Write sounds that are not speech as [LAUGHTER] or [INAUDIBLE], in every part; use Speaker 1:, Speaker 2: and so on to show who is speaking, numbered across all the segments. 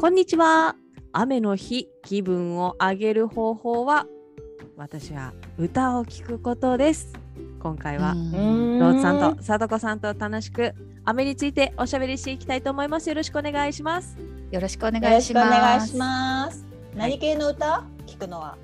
Speaker 1: こんにちは。雨の日、気分を上げる方法は、私は歌を聴くことです。今回は、ローズさんと貞子さんと楽しく雨についておしゃべりしていきたいと思います。よろしくお願いします。
Speaker 2: よろしくお願
Speaker 3: よろ
Speaker 2: い
Speaker 3: し
Speaker 2: し
Speaker 3: くお
Speaker 2: ます。
Speaker 3: 願いします。何系の歌聞くのは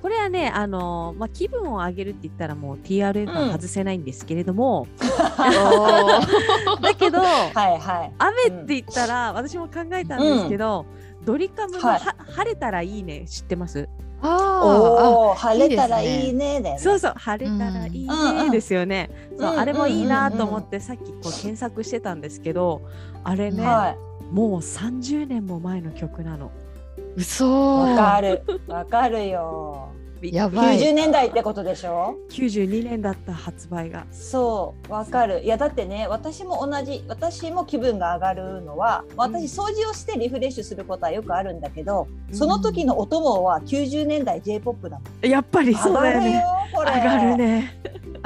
Speaker 1: これはね、あのまあ、気分を上げるって言ったらもう TRF
Speaker 3: うん
Speaker 1: は外せないんですけれども、
Speaker 4: だ
Speaker 2: [LAUGHS]
Speaker 1: だけど、
Speaker 3: はいはい。
Speaker 1: 雨って言ったら、私も考えたんですけど、ドリカムのは、
Speaker 3: はい
Speaker 1: 晴れたらいいね」知ってます
Speaker 2: あ
Speaker 3: おお晴れたらいいねだよね。
Speaker 1: そうそう晴れたらいい
Speaker 3: うんうん
Speaker 1: ねですよね。そう
Speaker 3: うん
Speaker 1: あれもいいなと思ってさっきこう検索してたんですけど、あれね、
Speaker 3: は
Speaker 1: もう30年も前の曲なの。
Speaker 2: あ、嘘
Speaker 3: い。わ
Speaker 1: [LAUGHS]
Speaker 3: かるわかるよ。
Speaker 2: やばい
Speaker 3: 90年代ってことでしょ。
Speaker 1: 92年だった発売が。
Speaker 3: そうわかる。いやだってね私も同じ私も気分が上がるのは私掃除をしてリフレッシュすることはよくあるんだけど、その時のお供は90年代 J ポップだもん。
Speaker 1: やっぱりそうだよ
Speaker 3: 上がるよ
Speaker 1: ね。
Speaker 3: こ
Speaker 1: 上
Speaker 3: れ。
Speaker 1: がる。ね。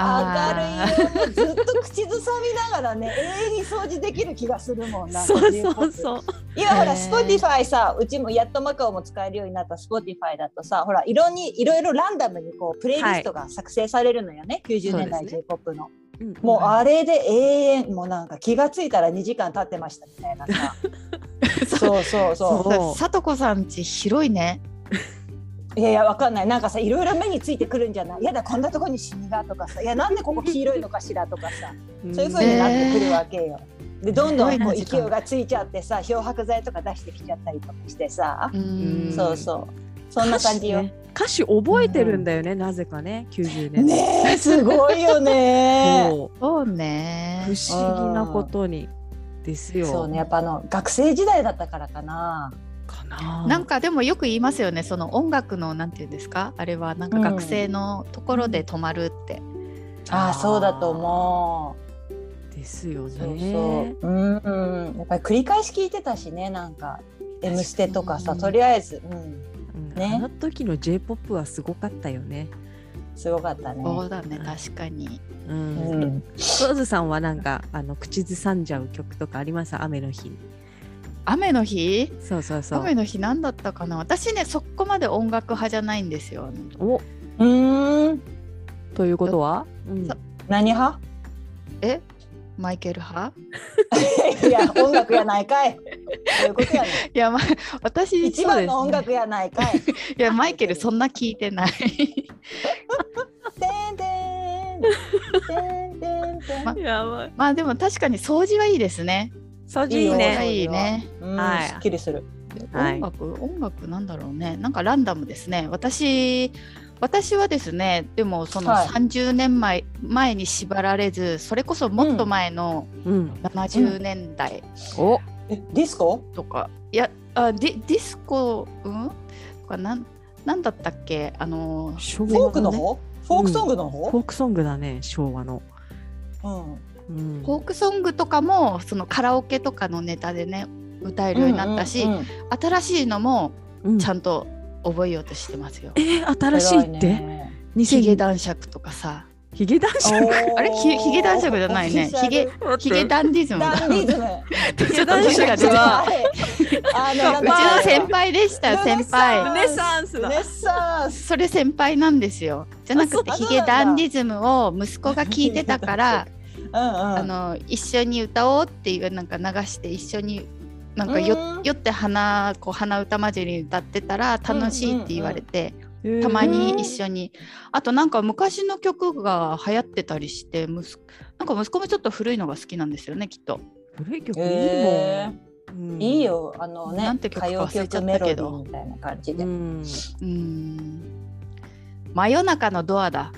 Speaker 2: あー
Speaker 3: 明るいよもうずっと口ずさみなが
Speaker 1: [LAUGHS]
Speaker 3: らね永遠に掃除できる気がするもんなんか
Speaker 1: そう
Speaker 3: J-POP
Speaker 1: そうそう。
Speaker 3: 今ほ
Speaker 2: へ
Speaker 3: ら
Speaker 2: ー
Speaker 3: Spotify さうちもやっとマカオも使えるようになった Spotify だとさほらいろにいろいろランダムにこうプレイリストが作成されるのよね、90年
Speaker 1: そう
Speaker 3: 代
Speaker 1: ですね
Speaker 3: J−POP の、
Speaker 1: うん
Speaker 3: もうあれで永遠もうなんか気がついたら2時間経ってましたみたいなさそうそ
Speaker 1: [LAUGHS]
Speaker 3: う
Speaker 1: そ
Speaker 3: そう
Speaker 2: そうさとこさん家広いね。
Speaker 3: ういやいやわかんないなんかさいろいろ目についてくるんじゃないいやだこんなとこにシミがとかさいやなんでここ黄色いのかしらとかさ
Speaker 1: うん
Speaker 3: そういう風になってくるわけよ。でどんど
Speaker 2: す
Speaker 3: んこ
Speaker 2: ごいな
Speaker 3: う
Speaker 2: 時間
Speaker 3: 勢いがついちゃってさ漂白剤とか出してきちゃったりとかしてさ、
Speaker 1: ん
Speaker 3: そうそうそんな感じよ。
Speaker 1: 歌詞ね。歌詞覚えてるんだよね、なぜかね90年代。
Speaker 3: ねえすごいよね。
Speaker 1: そう
Speaker 2: そう
Speaker 1: 不
Speaker 2: ね。
Speaker 1: 思議なことにですよ。
Speaker 3: そうねやっぱあの学生時代だったからかな。
Speaker 1: かな。
Speaker 2: なんかでもよく言いますよね。その音楽のなんていうんですか？あれはなんか学生のところで止まるって。
Speaker 3: ああそうだと思う。
Speaker 1: ですよね。
Speaker 3: そうそう。うん、うん、やっぱり繰り返し聞いてたしねなんか「M ステ」とかさ
Speaker 2: うん
Speaker 3: とりあえず、うん、
Speaker 1: うん
Speaker 3: ね
Speaker 1: あの時の J-POP はすごかったよね。
Speaker 3: すごかったね。
Speaker 2: そうだね。確かに。
Speaker 1: う。
Speaker 3: うん
Speaker 1: ロ
Speaker 3: ん、
Speaker 1: ーズさんはなんかあの口ずさんじゃう曲とかあります雨の日に。
Speaker 2: 雨の日？
Speaker 1: そうそうそう。
Speaker 2: 雨の日何だったかな？私ねそこまで音楽派じゃないんですよ。
Speaker 1: お
Speaker 3: うーん
Speaker 1: ということは、うん
Speaker 2: そ、
Speaker 3: 何派 [LAUGHS]
Speaker 2: え？マイケル派？
Speaker 3: いや音楽やないかい。そういうことやね。
Speaker 2: いや、まあ、私
Speaker 3: 一
Speaker 2: そう
Speaker 3: 番
Speaker 2: です
Speaker 3: の音楽やないかい。て
Speaker 2: いやマイケルそんな聞いてない [LAUGHS]
Speaker 3: んてん。てんてんてん
Speaker 2: ま
Speaker 1: やばい。
Speaker 2: まあでも確かに掃除はいいですね
Speaker 1: 掃除
Speaker 3: い
Speaker 1: い
Speaker 3: い
Speaker 1: い
Speaker 3: ね
Speaker 2: 掃除
Speaker 1: ね。
Speaker 2: いいね
Speaker 3: うん
Speaker 1: はい
Speaker 3: すっきりする。
Speaker 1: はい
Speaker 2: 音楽音楽なんだろうねなんかランダムですね私私はですねでもその
Speaker 3: はい
Speaker 2: 30年前,、前に縛られずそれこそもっと前の
Speaker 1: うん。
Speaker 2: 70年代
Speaker 1: お、
Speaker 3: え、ディスコ？
Speaker 2: とか、いやあディディスコうんとかなんなんだったっけあの
Speaker 1: 昭
Speaker 3: フォー
Speaker 1: 和
Speaker 3: クの
Speaker 1: ね
Speaker 3: 方？フォークソングの
Speaker 1: フォ
Speaker 3: 方？
Speaker 1: ークソングだね、昭和の。
Speaker 3: うん。
Speaker 1: うん。
Speaker 2: フォークソングとかもそのカラオケとかのネタでね歌えるようになったし、
Speaker 3: うんうんうん
Speaker 2: 新しいのも
Speaker 1: うん
Speaker 2: ちゃんと覚えようとしてますよ。
Speaker 1: えー、新しいっ
Speaker 3: 偉
Speaker 1: て？
Speaker 3: ね
Speaker 1: 二
Speaker 2: ヒ
Speaker 1: 千
Speaker 2: ゲ男爵とかさ、
Speaker 1: ヒゲ男
Speaker 3: お
Speaker 1: 子。
Speaker 3: ー
Speaker 2: あれひヒゲ男爵じゃないね
Speaker 3: オフィシャル
Speaker 2: ヒゲヒゲダンディズムだ。
Speaker 3: ダンディズ
Speaker 2: [LAUGHS]
Speaker 3: ム。
Speaker 1: ヒゲ
Speaker 2: 男子が出て
Speaker 1: は
Speaker 2: た
Speaker 3: あ
Speaker 2: そう
Speaker 3: の
Speaker 2: うちの先輩でした
Speaker 3: ルネ
Speaker 2: 先
Speaker 3: サ
Speaker 2: 輩。
Speaker 3: ルネサ
Speaker 1: ンス
Speaker 3: ルネサンス。
Speaker 2: それ先輩なんですよ。じゃなくて
Speaker 3: あそう
Speaker 2: ヒゲダンディズムを息子が聞いてたから、
Speaker 3: うんうん。あ
Speaker 2: あの一緒に歌おうっていうなんか流して一緒になんかよ
Speaker 3: うん
Speaker 2: 酔って花こう花歌混じりに歌ってたら楽しいって言われて、たまに一緒にあとなんか昔の曲が流行ってたりして息子なんか息子もちょっと古いのが好きなんですよねきっと。
Speaker 1: 古い曲いいもん。
Speaker 3: え
Speaker 1: うん
Speaker 3: ーいい。よあのね
Speaker 2: なんて曲か
Speaker 3: 歌謡
Speaker 2: 忘れちゃ
Speaker 3: 曲
Speaker 2: っ
Speaker 3: メ
Speaker 2: た
Speaker 3: ロデ
Speaker 2: け
Speaker 3: ィ
Speaker 2: ど
Speaker 3: ーみたいな感じ
Speaker 1: う
Speaker 3: で。
Speaker 1: ん。
Speaker 2: うーん真夜中のドアだ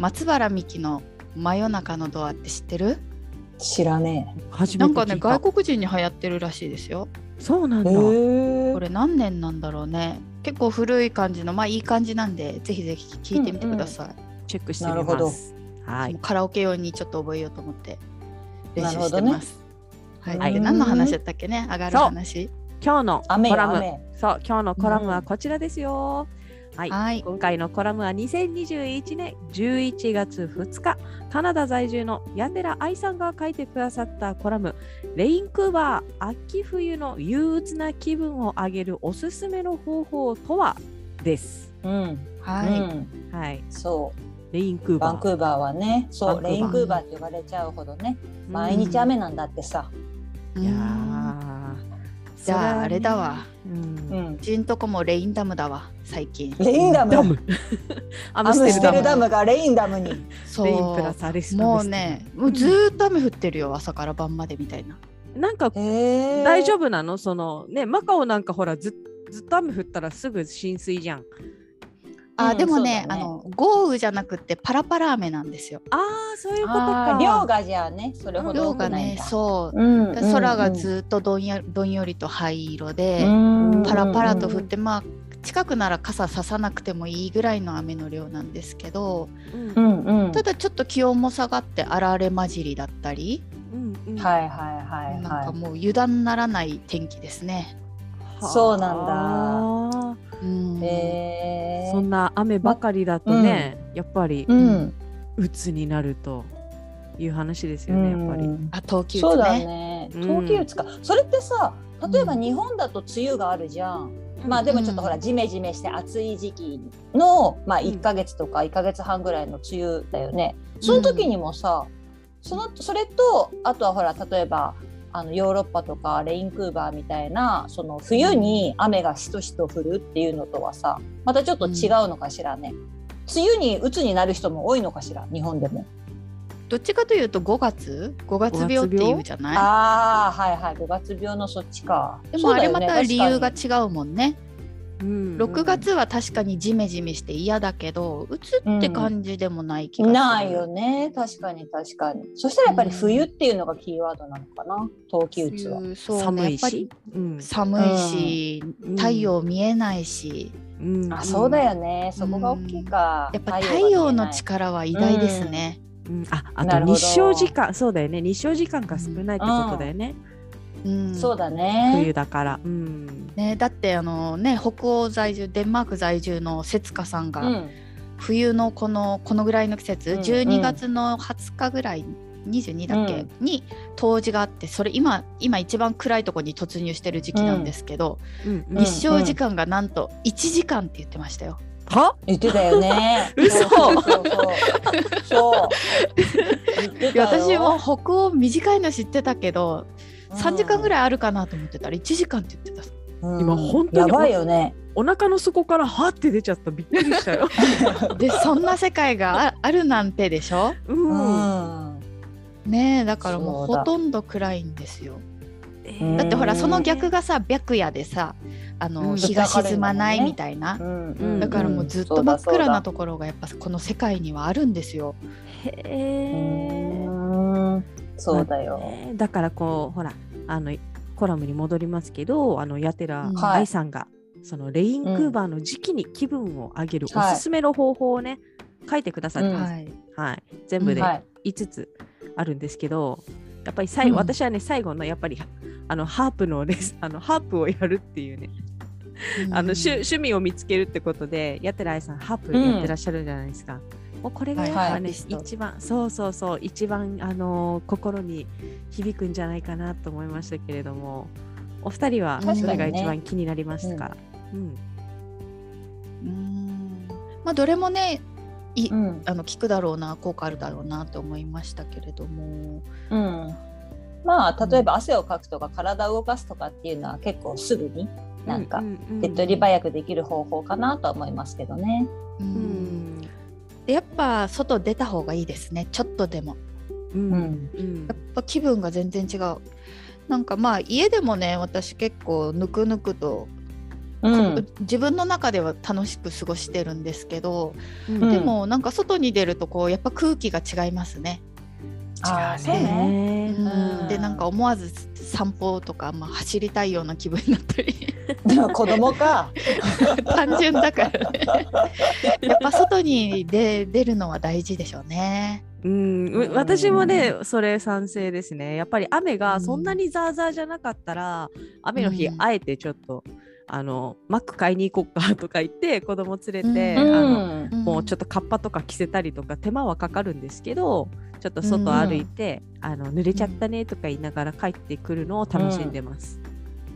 Speaker 2: 松原美樹の「真夜中のドア」って知ってる
Speaker 3: 知らね
Speaker 1: 初め
Speaker 2: な
Speaker 1: て聞
Speaker 2: ん
Speaker 1: いた
Speaker 2: かね外国人に流行ってるらしいですよ。
Speaker 1: そうなん
Speaker 3: え。
Speaker 1: だ、
Speaker 3: へ
Speaker 2: これ何年なんだろうね。結構古い感じのまあいい感じなんでぜひぜひ聞いてみてください。
Speaker 1: チェックして
Speaker 3: な
Speaker 1: み
Speaker 3: るほど
Speaker 1: ますは
Speaker 2: も
Speaker 1: いう
Speaker 2: カラオケ用にちょっと覚えようと思って練習
Speaker 3: なるほ
Speaker 2: して
Speaker 3: どね
Speaker 2: ます。はい、
Speaker 3: はい
Speaker 2: で何の話だったっけね上がる
Speaker 1: そう
Speaker 2: 話。
Speaker 1: 今日の
Speaker 3: 雨
Speaker 1: コ
Speaker 3: よ
Speaker 1: ラム
Speaker 3: 雨。
Speaker 1: そう今日のコラムはこちらですよ、はい
Speaker 2: はい。
Speaker 1: 今回のコラムは2021年11月2日カナダ在住のヤンデラ愛さんが書いてくださったコラム「レインクーバー秋冬の憂鬱な気分を上げるおすすめの方法とは?」です。
Speaker 3: うん。
Speaker 2: は
Speaker 3: う
Speaker 2: い。
Speaker 3: ん。
Speaker 1: はい、
Speaker 3: そ
Speaker 1: レインクー
Speaker 3: バ
Speaker 1: バー
Speaker 3: ンクーバーはね、そう
Speaker 1: バンクーバー
Speaker 3: レインクーバーって呼ばれちゃうほどね、
Speaker 1: うん
Speaker 3: 毎日雨なんだってさ。
Speaker 1: いや
Speaker 2: うん
Speaker 1: ー
Speaker 2: じゃああれだわ。。
Speaker 1: それはね
Speaker 3: う
Speaker 1: うん
Speaker 3: ん。
Speaker 2: うちんとこもレインダムだわ最近。
Speaker 3: レインダム。
Speaker 1: ダ
Speaker 3: [LAUGHS]
Speaker 1: ム。ア
Speaker 3: ア
Speaker 1: ム
Speaker 3: ム
Speaker 1: ス
Speaker 3: ス
Speaker 1: テ
Speaker 3: テ
Speaker 1: ル
Speaker 3: ル
Speaker 1: ダ
Speaker 3: ダ
Speaker 1: ム。
Speaker 3: ムがレインダムに。
Speaker 2: そう
Speaker 1: レインプラスアレス
Speaker 2: もうね、もうずーっと雨降ってるよ、朝から晩までみたいな。
Speaker 1: なんか
Speaker 3: へえ。
Speaker 1: 大丈夫なのそのねマカオなんかほらずずっと雨降ったらすぐ浸水じゃん。
Speaker 2: あ、
Speaker 3: うん
Speaker 2: でもね
Speaker 3: そうだ
Speaker 2: あ
Speaker 3: ね
Speaker 2: の豪雨じゃなくてパラパラ雨なんですよ。
Speaker 1: ああそういうこと
Speaker 3: あ
Speaker 1: か。
Speaker 3: ー量がじゃあね、それほど
Speaker 2: 量
Speaker 3: 多
Speaker 2: が
Speaker 3: くないん
Speaker 2: ね
Speaker 3: だ。
Speaker 2: そ
Speaker 3: う
Speaker 2: う、
Speaker 3: んうん
Speaker 2: 空がずーっとどんやどんよりと灰色で、
Speaker 3: うん
Speaker 2: パラパラと降ってまあ近くなら傘ささなくてもいいぐらいの雨の量なんですけど、
Speaker 1: うん
Speaker 3: う
Speaker 1: うん
Speaker 3: んうん
Speaker 2: ただちょっと気温も下がってあられ混じりだったり、
Speaker 1: うん
Speaker 3: はいはいはい
Speaker 2: なんか
Speaker 3: は
Speaker 2: もう油断ならない天気ですね。
Speaker 3: そうなんだ
Speaker 1: だ。
Speaker 2: うん
Speaker 3: い。へえ。
Speaker 1: そんな雨ばかりだとね、やっぱり
Speaker 3: うん。
Speaker 1: 鬱になるという話です
Speaker 3: う
Speaker 1: よね、やっぱり。
Speaker 3: ん。
Speaker 2: あ冬季
Speaker 3: そう
Speaker 2: です
Speaker 3: だ
Speaker 2: ね。
Speaker 3: ね。
Speaker 1: うん
Speaker 3: 冬季打つか。それってさ、例えば
Speaker 2: うん
Speaker 3: 日本だと梅雨があるじゃん。
Speaker 1: うん
Speaker 3: まあでもちょっ
Speaker 2: うん
Speaker 3: とほらジメジメして暑い時期のまあ
Speaker 1: うん
Speaker 3: 1ヶ月とか1ヶ月半ぐらいの梅雨だよね。その時にもさ、そのそれとあとはほら例えばあのヨーロッパとかレインクーバーみたいなその冬に雨がしとしと降るっていうのとはさまたちょっと違うのかしらね。梅雨に鬱になる人も多いのかしら日本でも。
Speaker 2: どっちかというと5月5月
Speaker 1: 5月
Speaker 2: 病って
Speaker 1: 病
Speaker 2: いうじゃな
Speaker 3: ああはいはい5月病のそっちか。
Speaker 2: いでもあれ
Speaker 3: そうだよ
Speaker 2: ま
Speaker 3: ね
Speaker 2: た理由が
Speaker 3: 確か
Speaker 2: 違うもんね
Speaker 1: うん
Speaker 2: 6月は確かにジメジメして嫌だけどうつって感じでもない気が
Speaker 3: に
Speaker 2: する、
Speaker 3: ないよね確かに確かに。そしたらやっぱり冬っていうのがキーワードなのかな冬季
Speaker 2: う
Speaker 3: 鬱は。
Speaker 2: つは
Speaker 1: 寒
Speaker 2: や
Speaker 1: い
Speaker 2: っぱり
Speaker 1: し。うん
Speaker 2: 寒いし、
Speaker 1: うん
Speaker 2: 太陽見えないし、
Speaker 1: うん
Speaker 3: あそうだよね、そこが大きいか。
Speaker 2: やっぱ太陽の
Speaker 3: 太
Speaker 2: 力は偉大ですね、
Speaker 1: うんああ
Speaker 3: な
Speaker 1: と
Speaker 3: るほど
Speaker 1: 日照時間そうだよね日照時間が少ないってことだよね、
Speaker 2: う
Speaker 3: 陽が見
Speaker 2: ん
Speaker 3: えないそうだ
Speaker 1: 冬
Speaker 3: ね。
Speaker 1: だから、うん、
Speaker 2: ね、だってあのね北欧在住デンマーク在住の節香さんが、
Speaker 3: うん
Speaker 2: 冬のこのこのぐらいの季節、
Speaker 3: うん
Speaker 2: 12月の20日ぐらい22だっけ、
Speaker 3: うん
Speaker 2: に冬至があってそれ今今一番暗いところに突入してる時期なんですけど、
Speaker 1: うんうん
Speaker 3: ん
Speaker 2: 日照時間がなんと1時間って言ってましたよ。
Speaker 1: は。
Speaker 3: 言ってたよね
Speaker 2: [LAUGHS]
Speaker 1: 嘘
Speaker 3: そうそうそう。そう言って
Speaker 2: いや
Speaker 3: たよ
Speaker 2: 私も北欧短いの知ってたけど、
Speaker 3: うん
Speaker 2: 3時間ぐらいあるかなと思ってたら1時間って言ってた。
Speaker 3: うん
Speaker 1: 今本当に
Speaker 3: やばいよね。
Speaker 1: お腹の底からはって出ちゃったびっくりした
Speaker 2: [LAUGHS]
Speaker 1: よ、
Speaker 2: でそんな世界がああるなんてでしょ
Speaker 1: うん
Speaker 3: うん。
Speaker 2: ねえだからもう
Speaker 3: そうだ
Speaker 2: ほとんど暗いんですよ。
Speaker 1: え
Speaker 3: うん
Speaker 1: ー
Speaker 2: だってほらその逆がさ白夜でさあの、
Speaker 1: うん
Speaker 2: 日が沈まないみたいな
Speaker 3: う。
Speaker 1: う
Speaker 3: ん
Speaker 1: ん
Speaker 2: だからもうずっと真っ暗なところがやっぱこの世界にはあるんですよ。
Speaker 1: へ
Speaker 3: こ
Speaker 1: ー
Speaker 3: そうだよ。
Speaker 1: ねだからこうほらあのコラムに戻りますけどあのやてら
Speaker 2: うん
Speaker 3: はい
Speaker 1: 愛さんが、そのレインクーバーの時期に気分を上げるおすすめの方法をね、書いてくださってます、
Speaker 2: い。
Speaker 1: はい、全部で
Speaker 3: はい。
Speaker 1: 5つあるんですけどやっぱり最後、
Speaker 2: うん
Speaker 1: 私はね最後のやっぱりあのハープのレスあのハープをやるっていうね、あの趣趣味を見つけるってことでやってる愛さんハープやってらっしゃるじゃないですか。もうこれがやっぱ
Speaker 3: はい
Speaker 1: ね、
Speaker 2: はい
Speaker 1: 一番そうそうそう一番あのー心に響くんじゃないかなと思いましたけれどもお二人は
Speaker 2: 確
Speaker 1: それ
Speaker 2: かに
Speaker 1: が
Speaker 2: ね
Speaker 1: 一番気になりましたか、うん
Speaker 2: うんまあどれもねい、
Speaker 3: うん。
Speaker 2: あの効くだろうな効果あるだろうなと思いましたけれども。
Speaker 3: うん。まあ例えば汗をかくとか体を動かすとかっていうのは結構すぐになんか
Speaker 1: うう
Speaker 3: 手っ取り早くできる方法かなとは思いますけどね。
Speaker 2: う
Speaker 1: うんん
Speaker 2: でやっぱ外出た方がいいですねちょっとでも。
Speaker 1: うん
Speaker 3: う
Speaker 1: うん
Speaker 3: ん
Speaker 1: うん
Speaker 2: やっぱ気分が全然違う。なんかまあ家でもね私結構ぬくぬくと、
Speaker 3: うん、
Speaker 2: 自分の中では楽しく過ごしてるんですけど、
Speaker 1: うん
Speaker 3: うん
Speaker 2: でもなんか外に出るとこうやっぱ空気が違いますね。
Speaker 3: あーそう
Speaker 2: 違うね。
Speaker 1: ね
Speaker 3: うん
Speaker 2: でなんか思わず散歩とか、まあ、走りたいような気分になったり [LAUGHS]
Speaker 3: 子供か。
Speaker 2: 単純だからねやっぱ外に出出るのは大事でしょうね。
Speaker 1: うん、う私もね、それ賛成ですね。やっぱり雨がそんなにザーザーじゃなかったら、雨の日
Speaker 2: う、ん
Speaker 1: あえてちょっと、あの、マック買いに行こっかとか言って、子供連れて、
Speaker 2: うん
Speaker 1: あの、も
Speaker 2: も
Speaker 1: うちょっとカッパとか着せたりとか、手間はかかるんですけど、ちょっと外歩いて、あの、濡れちゃったねとか言いながら帰ってくるのを楽しんでます。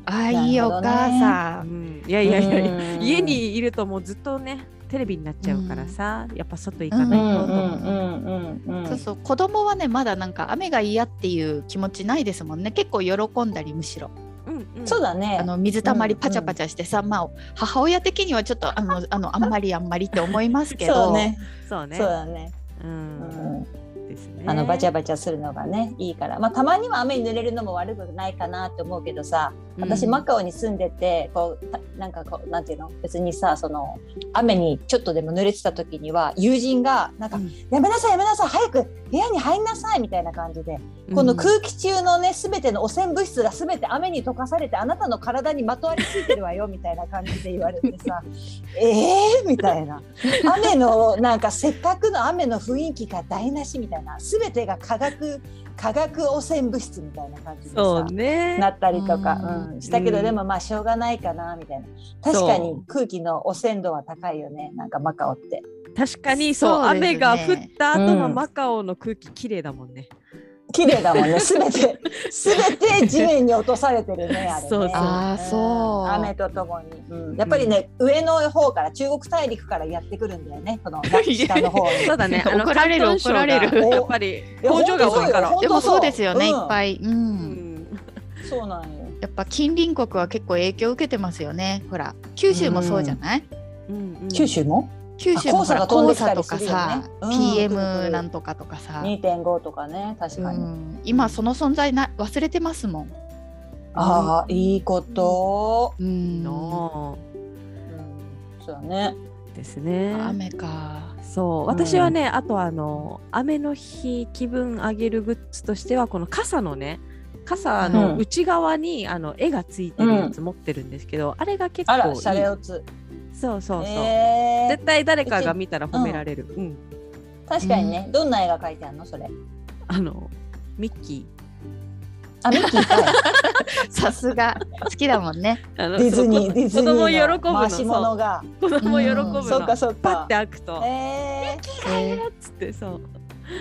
Speaker 2: あいいお母さ。
Speaker 1: うんんいやいやいやいや、
Speaker 3: うん
Speaker 1: 家。にいるともうずっとね、テレビになっちゃうからさ、やっぱ外行かないとと思って。
Speaker 3: んうん
Speaker 2: そうそう子供はねまだなんか雨が嫌っていう気持ちないですもんね結構喜んだりむしろ
Speaker 1: うんうん
Speaker 3: そうだね。
Speaker 2: あの水たまりパチャパチャしてさ、まあ母親的にはちょっと
Speaker 3: [LAUGHS]
Speaker 2: あのあのあんまりあんまりって思いますけど
Speaker 3: そうね。
Speaker 1: そうね
Speaker 3: そうだね。
Speaker 1: う
Speaker 3: うんん。
Speaker 1: ですね。
Speaker 3: あのバチャバチャするのがねいいから、まあたまには雨に濡れるのも悪くないかなって思うけどさ、私
Speaker 2: うん
Speaker 3: マカオに住んでてこうたなんかこうなんていうの別にさその雨にちょっとでも濡れてた時には友人がなんか、
Speaker 1: うん
Speaker 3: やめなさいやめなさい早く部屋に入んなさいみたいな感じで、
Speaker 1: うん
Speaker 3: この空気中のねすべての汚染物質がすべて雨に溶かされてあなたの体にまとわりついてる
Speaker 1: [LAUGHS]
Speaker 3: わよみたいな感じで言われてさえーみたいな雨のなんかせっかくの雨の雰囲気が台無しみたいなすべてが化学化学汚染物質みたいな感じでさ。
Speaker 1: そうね。
Speaker 3: なったりとか、
Speaker 2: うん
Speaker 3: うん、したけど、
Speaker 1: うん
Speaker 3: でもまあしょうがないかなみたいな確かに空気の汚染度は高いよねなんかマカオって
Speaker 1: 確かにそう
Speaker 2: そうですね
Speaker 1: 雨が降った後の
Speaker 3: うん
Speaker 1: マカオの空気綺麗だもんね。
Speaker 3: 綺麗だも
Speaker 1: [LAUGHS]
Speaker 3: んね全て全て地面に落とされてるねあれね
Speaker 1: そうそう
Speaker 2: あーそうん
Speaker 3: 雨とともに、うんやっぱりね、上の方から中国大陸からやってくるんだよねこ
Speaker 1: [LAUGHS]
Speaker 3: の下の方に
Speaker 1: そうだね。あの
Speaker 2: [LAUGHS] 怒られる
Speaker 1: 広東省が
Speaker 2: 怒られる
Speaker 1: やっぱり工場が多いから。
Speaker 3: いや本当そうよ
Speaker 2: でもそうですよ
Speaker 3: う
Speaker 2: ね、
Speaker 3: ん
Speaker 2: いっぱい、うん
Speaker 1: うん
Speaker 3: そうなんよ
Speaker 2: やっぱ近隣国は結構影響を受けてますよねほら九州もそうじゃない、
Speaker 1: うんうん
Speaker 3: 九州も
Speaker 2: 九州もほら
Speaker 3: あ黄砂
Speaker 2: 黄砂
Speaker 3: が
Speaker 2: と
Speaker 3: 飛んで
Speaker 2: か
Speaker 3: きたりす
Speaker 2: さ
Speaker 3: るよね、うん来る来
Speaker 2: PM
Speaker 3: る
Speaker 2: なんとかとかさ、
Speaker 3: 2.5とかね確かに、
Speaker 2: うん今その存在な忘れてますもん、
Speaker 3: ああいいこと、
Speaker 2: うん
Speaker 1: の
Speaker 3: うん、そうだね
Speaker 1: ですね。
Speaker 2: 雨か
Speaker 1: そう私はね、あとあの雨の日気分上げるグッズとしてはこの傘のね傘
Speaker 3: う
Speaker 1: の
Speaker 3: ん
Speaker 1: 内側に、あの絵がついてるやつ持ってるんですけど、あれが結
Speaker 3: あ
Speaker 1: 構
Speaker 3: ら
Speaker 1: いい
Speaker 3: シャレオツ
Speaker 1: そうそうそう、
Speaker 3: えー
Speaker 1: 絶対誰かが見たら褒められる、うん、
Speaker 3: 確かにね、どんな絵が描いてあるのそれ
Speaker 1: あのミッキ
Speaker 3: あミッキ
Speaker 1: [LAUGHS]
Speaker 3: ーかい
Speaker 2: さすが好きだも
Speaker 3: [LAUGHS]
Speaker 2: んね、
Speaker 1: ーあの
Speaker 3: ディズニ
Speaker 1: そ
Speaker 3: ー
Speaker 1: う
Speaker 3: ディズニ
Speaker 1: 子供喜ぶ
Speaker 3: ー
Speaker 1: の
Speaker 3: の回し物が
Speaker 1: 子供喜ぶ
Speaker 2: うん
Speaker 1: の、
Speaker 3: そっかそっ
Speaker 1: パッ
Speaker 3: か
Speaker 1: て開くと、
Speaker 3: え
Speaker 2: えー
Speaker 1: っつってそう
Speaker 3: ー、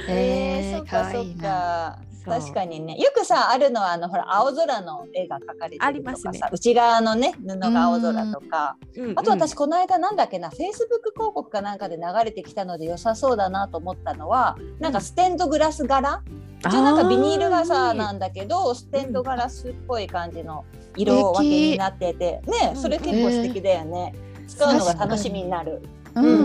Speaker 3: えー、そっ
Speaker 2: か
Speaker 3: か
Speaker 2: わ
Speaker 3: そ
Speaker 2: い
Speaker 3: っ
Speaker 2: いな。
Speaker 3: か
Speaker 1: そう
Speaker 3: 確かにねよくさあるのはあのほら青空の絵が描かれてるとかさ
Speaker 1: ありますね
Speaker 3: 内側のね布が青空とか
Speaker 1: うんうん
Speaker 3: あと私この間なんだっけな、フェイスブック広告かなんかで流れてきたので良さそうだなと思ったのはなんかステンドグラス柄
Speaker 1: あー
Speaker 3: じゃあなんかビニール傘なんだけどステンドガラスっぽい感じの色分けになっててね
Speaker 1: うん
Speaker 3: それ結構素敵だよね、使うのが楽しみになる
Speaker 2: うん、
Speaker 3: う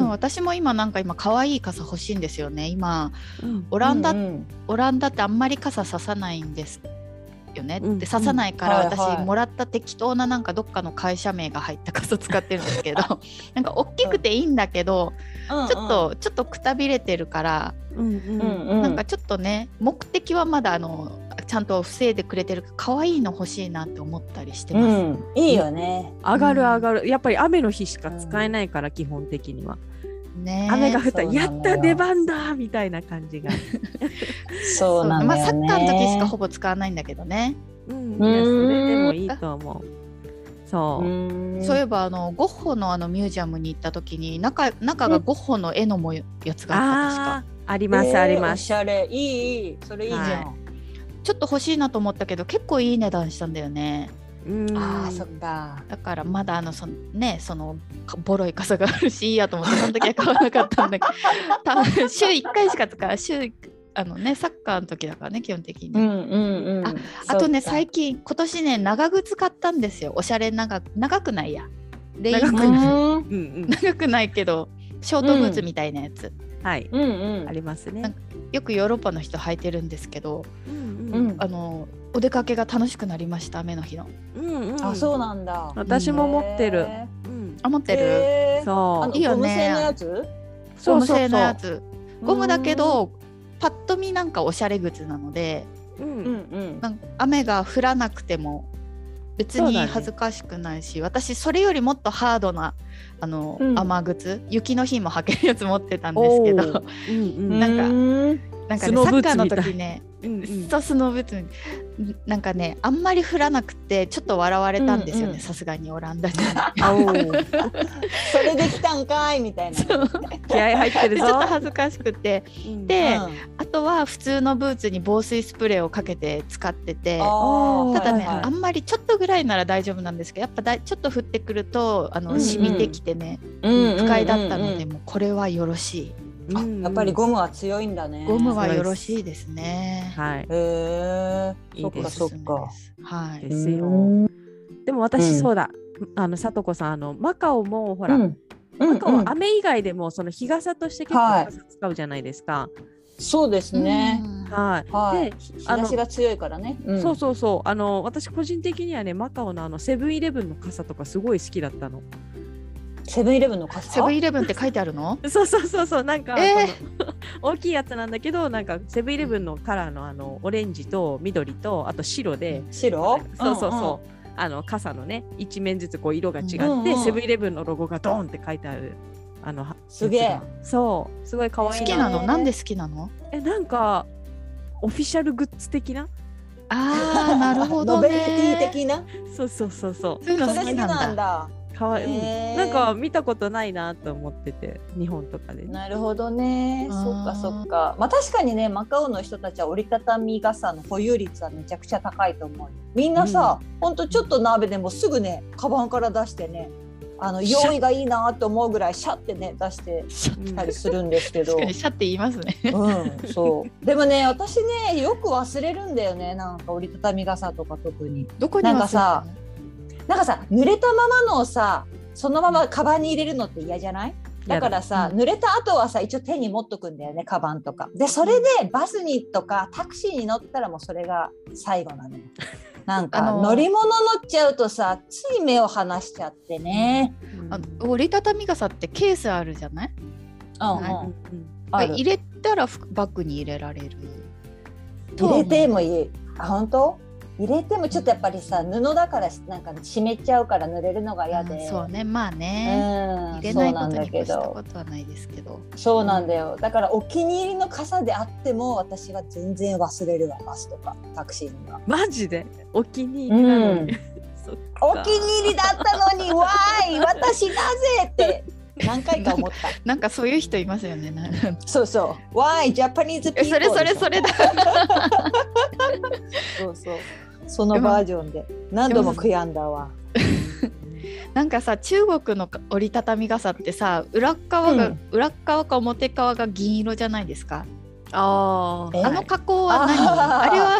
Speaker 3: ん
Speaker 2: 私も今なんか今可愛い傘欲しいんですよね。今
Speaker 1: うん
Speaker 2: オランダ、
Speaker 3: うんうん
Speaker 2: オランダってあんまり傘ささないんですよね。
Speaker 1: うん
Speaker 2: でささないから
Speaker 3: うん
Speaker 2: 私、
Speaker 3: はいはい
Speaker 2: もらった適当ななんかどっかの会社名が入った傘使ってるんです
Speaker 3: [LAUGHS]
Speaker 2: けど、なんか大きくていいんだけど、
Speaker 3: うんうん
Speaker 2: ちょっとちょっとくたびれてるから、
Speaker 1: うんう
Speaker 3: う
Speaker 1: ん
Speaker 3: んうん
Speaker 2: なんかちょっとね目的はまだあのちゃんと防いでくれてるから可愛いの欲しいなって思ったりして
Speaker 3: う
Speaker 2: ます。
Speaker 3: んいいよね
Speaker 1: 上がる上がるやっぱり雨の日しか使えないから、基本的には
Speaker 2: ね
Speaker 1: 雨が降ったら、
Speaker 3: そうな
Speaker 1: や
Speaker 3: のよ
Speaker 1: った出番だみたいな感じが、
Speaker 3: そうなん
Speaker 2: ま
Speaker 3: だ
Speaker 2: あ、
Speaker 3: よね
Speaker 2: サッカーの時しかほぼ使わないんだけどね、
Speaker 1: うん、
Speaker 3: うん
Speaker 1: いやそれでもいいと思うそう、
Speaker 3: うん
Speaker 2: そういえばあのゴッホのあのミュージアムに行った時に中中がゴッホの絵のもやつがあった確
Speaker 1: あ
Speaker 2: か
Speaker 1: ーあります、ありま
Speaker 3: お
Speaker 1: す
Speaker 3: しゃれいいいいそれいいじゃん、
Speaker 2: ちょっと欲しいなと思ったけど結構いい値段したんだよね
Speaker 1: うん
Speaker 3: あーそっか
Speaker 2: だからまだあのそのねそのかボロい傘があるしいいやと
Speaker 3: [LAUGHS]
Speaker 2: 思ってその時は買わなかったんだけど多分週1回しか使う週あのねサッカーの時だからね基本的に、
Speaker 3: んうんうん
Speaker 2: あとね
Speaker 3: そっか
Speaker 2: 最近今年ね長靴買ったんですよおしゃれ長く長くないやレイン
Speaker 1: 長
Speaker 2: 長
Speaker 1: く
Speaker 2: く
Speaker 3: うん
Speaker 1: うんうん
Speaker 2: 長くないけどショートブーツみたいなやつ、
Speaker 1: はい
Speaker 3: うんうん
Speaker 1: ありますね
Speaker 2: なんよくヨーロッパの人履いてるんですけど、
Speaker 1: うん
Speaker 3: う
Speaker 1: うん
Speaker 3: ん
Speaker 2: あのお出かけが楽しくなりました雨の日の
Speaker 1: うんうん
Speaker 3: あそうなんだ
Speaker 1: 私も持ってる、うん、
Speaker 2: あ持ってる、
Speaker 3: へー
Speaker 1: そ
Speaker 3: あ
Speaker 1: う
Speaker 3: の
Speaker 2: いいよね
Speaker 3: ゴム製のやつ
Speaker 2: ゴム製のやつゴムだけどパッと見なんかおしゃれ靴なので
Speaker 1: うん
Speaker 3: うんうん
Speaker 2: なんか雨が降らなくても別
Speaker 1: そう
Speaker 2: に
Speaker 1: だね
Speaker 2: 恥ずかしくないし、私それよりもっとハードなあの、
Speaker 3: うん
Speaker 2: 雨靴雪の日も履けるやつ持ってたんですけど
Speaker 1: おうん
Speaker 2: なんか
Speaker 3: うーん
Speaker 2: [LAUGHS] なんか
Speaker 1: ス
Speaker 2: ね
Speaker 1: ノ
Speaker 2: サ
Speaker 1: ーブーツ
Speaker 2: ッカーの
Speaker 1: みたい
Speaker 2: 時ね
Speaker 1: うんうん
Speaker 2: ストスノーブーツみたいなんかねあんまり降らなくてちょっと笑われたんですよ
Speaker 3: うんう
Speaker 2: ね
Speaker 3: ん
Speaker 2: さすがにオランダ
Speaker 1: [LAUGHS]
Speaker 2: 人
Speaker 1: あおー
Speaker 3: [LAUGHS] それで来たんかいみたいな。
Speaker 1: 気合入ってる
Speaker 2: で
Speaker 1: ぞ
Speaker 2: ちょっと恥ずかしくて
Speaker 1: うん
Speaker 2: [LAUGHS] で
Speaker 3: うん
Speaker 2: あとは普通のブーツに防水スプレーをかけて使ってて
Speaker 3: あー
Speaker 2: ただね、
Speaker 3: はいはい
Speaker 2: あんまりちょっとぐらいなら大丈夫なんですけどやっぱだいちょっと降ってくるとあの、
Speaker 3: うんうん
Speaker 2: 染みてきてね
Speaker 3: うん
Speaker 2: 不快だったので、
Speaker 3: うんうん
Speaker 2: もうこれはよろし
Speaker 1: うんうん
Speaker 3: やっぱりゴムは強いんだね。
Speaker 2: いゴムはよろしいですね。
Speaker 1: はい
Speaker 3: へえ。
Speaker 1: いいです
Speaker 3: そっかそっか
Speaker 2: お。すすめですは
Speaker 1: で
Speaker 2: い、
Speaker 1: すよ
Speaker 3: うん
Speaker 1: でも
Speaker 3: う
Speaker 1: 私
Speaker 3: ん
Speaker 1: そうだ、あのさとこさんあのマカオもほら、
Speaker 3: うんうん
Speaker 1: マカオ
Speaker 3: う
Speaker 1: は
Speaker 3: ん
Speaker 1: 雨以外でもその日傘として結
Speaker 3: はい
Speaker 1: 構傘使うじゃないですか。
Speaker 3: そうですね
Speaker 2: う。ん
Speaker 1: はい。
Speaker 3: はい。
Speaker 1: で、
Speaker 3: 日
Speaker 1: あの
Speaker 3: 差しが強いからね。ん
Speaker 1: そうそうそうあの私個人的にはねマカオのあのセブンイレブンの傘とかすごい好きだったの。
Speaker 3: セブンイレブンの傘。
Speaker 2: セブンイレブンって書いてあるの
Speaker 1: そうそうそうそうなんか、
Speaker 2: えー
Speaker 1: その [LAUGHS] 大きいやつなんだけどなんかセブンイレブンのカラーのあのオレンジと緑とあと白で、
Speaker 3: 白。
Speaker 1: そうそうそう。あの傘のね一面ずつこう色が違って、
Speaker 3: うんうん
Speaker 1: セブンイレブンのロゴがドーンって書いてあるあのは
Speaker 3: すげえ
Speaker 1: やつがそうすごい可愛い
Speaker 2: 好きな
Speaker 3: へ
Speaker 2: の
Speaker 3: ー
Speaker 2: なんで好きなの
Speaker 1: えなんかオフィシャルグッズ的な
Speaker 2: あーなるほど
Speaker 3: ノ
Speaker 2: ね。
Speaker 3: ベルティ的な。
Speaker 1: そうそうそうそう
Speaker 2: そういうの
Speaker 3: そ
Speaker 2: 好
Speaker 3: れ好
Speaker 2: き
Speaker 3: き
Speaker 2: な
Speaker 3: なん
Speaker 2: んだ。
Speaker 3: だ。
Speaker 1: かわいい、
Speaker 3: へー
Speaker 1: なんか見たことないなと思ってて日本とかでね
Speaker 3: なるほどね。
Speaker 2: あー
Speaker 3: そっかそっか。まあ確かにね、マカオの人たちは折りたたみ傘の保有率はめちゃくちゃ高いと思うよ。みんなさ、ほんとちょっと鍋でもすぐね、カバンから出してね、あの
Speaker 2: シャッ
Speaker 3: 用意がいいなと思うぐらいシャってね出して
Speaker 1: うん
Speaker 3: たりするんですけど
Speaker 2: [LAUGHS] 確か。にシャって言いますね。
Speaker 3: うん、そう。でもね、私ね、よく忘れるんだよね。なんか折りたたみ傘とか特に。
Speaker 2: どこに
Speaker 3: なんかさなんかさ、濡れたままのをさ、そのままカバンに入れるのって嫌じゃないだからさ、
Speaker 2: うん
Speaker 3: 濡れた後はさ一応手に持っとくんだよねカバンとかでそれでバスにとかタクシーに乗ったらもうそれが最後な
Speaker 2: [LAUGHS]
Speaker 3: のよなんか、
Speaker 2: あのー
Speaker 3: 乗り物乗っちゃうとさつい目を離しちゃってね、
Speaker 1: うん
Speaker 2: あ折りたたみ傘ってケースあるじゃない
Speaker 3: うんうん
Speaker 2: は
Speaker 1: うん
Speaker 3: ある
Speaker 2: 入れたらふバッグに入れられる。と
Speaker 3: 入
Speaker 2: は思
Speaker 3: れ
Speaker 2: う
Speaker 3: てもいいあ本当入れてもちょっとやっぱりさ布だからなんか湿っちゃうから濡れるのが嫌で
Speaker 2: あそうねまあ
Speaker 3: う
Speaker 2: ね、
Speaker 3: ん
Speaker 2: 入れ
Speaker 3: そ
Speaker 2: な
Speaker 3: う
Speaker 2: いこ
Speaker 3: な
Speaker 2: と
Speaker 3: んだ
Speaker 2: に越
Speaker 3: け
Speaker 2: した
Speaker 3: ど
Speaker 2: ことはないですけど
Speaker 3: そうなんだよだからお気に入りの傘であっても私は全然忘れるわバスとかタクシーには。
Speaker 1: マジでお気に入りなの
Speaker 3: う
Speaker 1: に、
Speaker 3: ん
Speaker 1: [LAUGHS] そっか
Speaker 3: お気に入りだったのに「わーい私なぜ?」って何回か思った
Speaker 2: なんかそういう人いますよねな
Speaker 3: そうそう「わーいジャパニーズピー
Speaker 2: それそれそれだ
Speaker 3: そうそうそのバージョンで何度も悔やんだわ
Speaker 2: なんかさ中国の折りたたみ傘ってさ裏っ側が、
Speaker 3: うん
Speaker 2: 裏っ側か表側が銀色じゃないですか
Speaker 1: あー
Speaker 3: え
Speaker 2: あ
Speaker 1: は
Speaker 2: の
Speaker 1: い
Speaker 2: 加工は何
Speaker 3: あ
Speaker 2: あ
Speaker 3: ー
Speaker 2: れは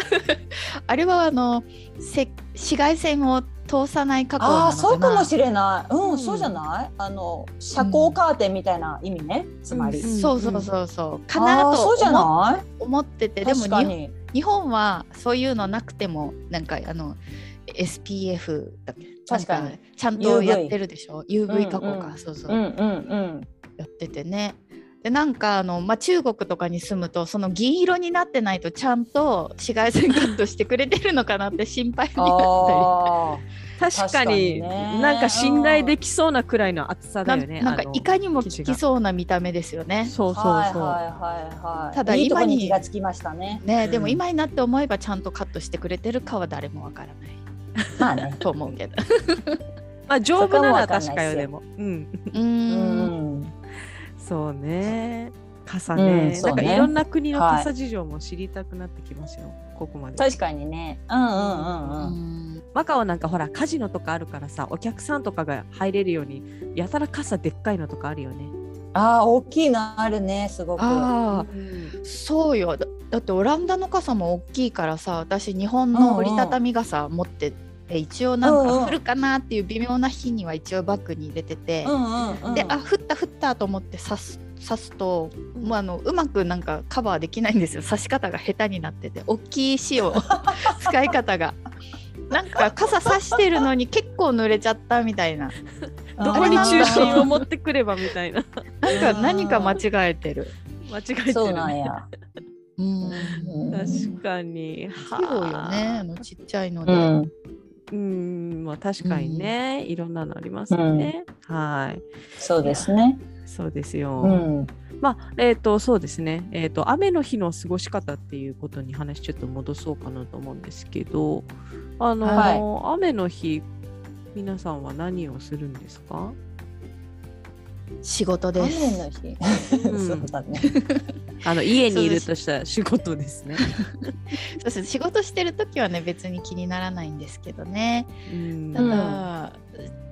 Speaker 2: [LAUGHS] あれはあのせ紫外線を通さない加工なのかな
Speaker 3: あーそうかも
Speaker 2: れ
Speaker 3: しれないうん、
Speaker 1: うん
Speaker 3: そうじゃないあの遮光カーテンみたいな意味ね、つまり、
Speaker 1: うん
Speaker 2: そうそうそうそうか
Speaker 3: あ
Speaker 2: な
Speaker 3: ー
Speaker 2: と
Speaker 3: そうじゃ
Speaker 2: 思
Speaker 3: ない
Speaker 2: 思っててでも
Speaker 3: 確
Speaker 2: 日
Speaker 3: か
Speaker 2: 本
Speaker 3: に
Speaker 2: 日本はそういうのなくてもなんかあの SPF だっけ
Speaker 3: 確かに
Speaker 2: なんちゃんと
Speaker 3: UV
Speaker 2: やってるでしょ UV 加工
Speaker 3: うん
Speaker 2: か、
Speaker 3: うん
Speaker 2: そうそう、
Speaker 3: うんうん
Speaker 2: やっててねでなんかあの、まあ、中国とかに住むとその銀色になってないとちゃんと紫外線カットしてくれてるのかなって心配に
Speaker 3: うん
Speaker 2: なった
Speaker 3: あ
Speaker 1: 確かに
Speaker 3: 確かにね
Speaker 1: なんか信頼できそうなくらいの厚さ
Speaker 2: り
Speaker 1: だ
Speaker 2: な
Speaker 1: よね
Speaker 2: なん
Speaker 1: あ
Speaker 2: か
Speaker 1: の
Speaker 2: いかにも効きそうな見た目ですよね。
Speaker 1: そう
Speaker 3: あ
Speaker 1: そう
Speaker 3: はいはい
Speaker 1: そう、
Speaker 3: はいはい
Speaker 2: ただ
Speaker 3: いいとこ
Speaker 2: 今に
Speaker 3: に気がつきましたね
Speaker 2: ね、
Speaker 1: うん
Speaker 2: でも今になって思えばちゃんとカットしてくれてるかは誰もわからない
Speaker 3: まあね
Speaker 2: と思うけど。
Speaker 1: まあ丈夫なら
Speaker 3: そ
Speaker 1: 確
Speaker 3: こ
Speaker 1: か
Speaker 3: は
Speaker 1: よ
Speaker 3: わかんないっすよ
Speaker 1: でもうん
Speaker 2: [LAUGHS]
Speaker 1: [LAUGHS]
Speaker 2: う
Speaker 3: うんん
Speaker 1: そうね。傘ね、
Speaker 3: うんそ
Speaker 1: な
Speaker 3: うんね
Speaker 1: かいろんな国の傘事情も知りたくなってきますよ、ここまで。
Speaker 3: 確かにねうんうんうんうん
Speaker 1: マカオなんかほらカジノとかあるからさ、お客さんとかが入れるようにやたら傘でっかいのとかあるよね。
Speaker 3: ああ大きいのあるねすごく。
Speaker 2: ああ
Speaker 1: うん
Speaker 2: そうよだだってオランダの傘も大きいからさ私日本の折りたたみ傘持ってて、一応なん
Speaker 3: うんうん
Speaker 2: か降るかなっていう微妙な日には一応バッグに入れてて、
Speaker 3: うんうんうん。
Speaker 2: であ降った降ったと思って刺す刺すと、
Speaker 1: うん
Speaker 2: もうあのうまくなんかカバーできないんですよ刺し方が下手になってて大きい塩使い方が。なんか傘差してるのに結構濡れちゃったみたいな
Speaker 3: うん
Speaker 1: どこに中心を持ってくればみたいな
Speaker 2: なんか何か間違えてる。
Speaker 1: [LAUGHS] 間違えてる。
Speaker 3: そうなんや。
Speaker 2: ううん
Speaker 1: 確かに。は
Speaker 2: 器用よね。あのちっちゃいので。
Speaker 3: うん
Speaker 1: うん、まあ確かにね、いろんなのありますよね。はい。
Speaker 3: そうですね。
Speaker 1: そうですよ。
Speaker 3: うん。
Speaker 1: まあ、えっ、と、そうですね。えっ、と、雨の日の過ごし方っていうことに話ちょっと戻そうかなと思うんですけど、あのー雨の日、皆さんは何をするんですか
Speaker 2: 仕事で
Speaker 3: 雨
Speaker 2: す。
Speaker 3: の日。
Speaker 1: ん
Speaker 3: そうだね。
Speaker 1: あの、家にい
Speaker 2: そうで
Speaker 1: る
Speaker 2: す
Speaker 1: としたら仕事ですね。
Speaker 2: そうです仕事してる時はね別に気にならないんですけどね。
Speaker 1: うん
Speaker 2: ただ、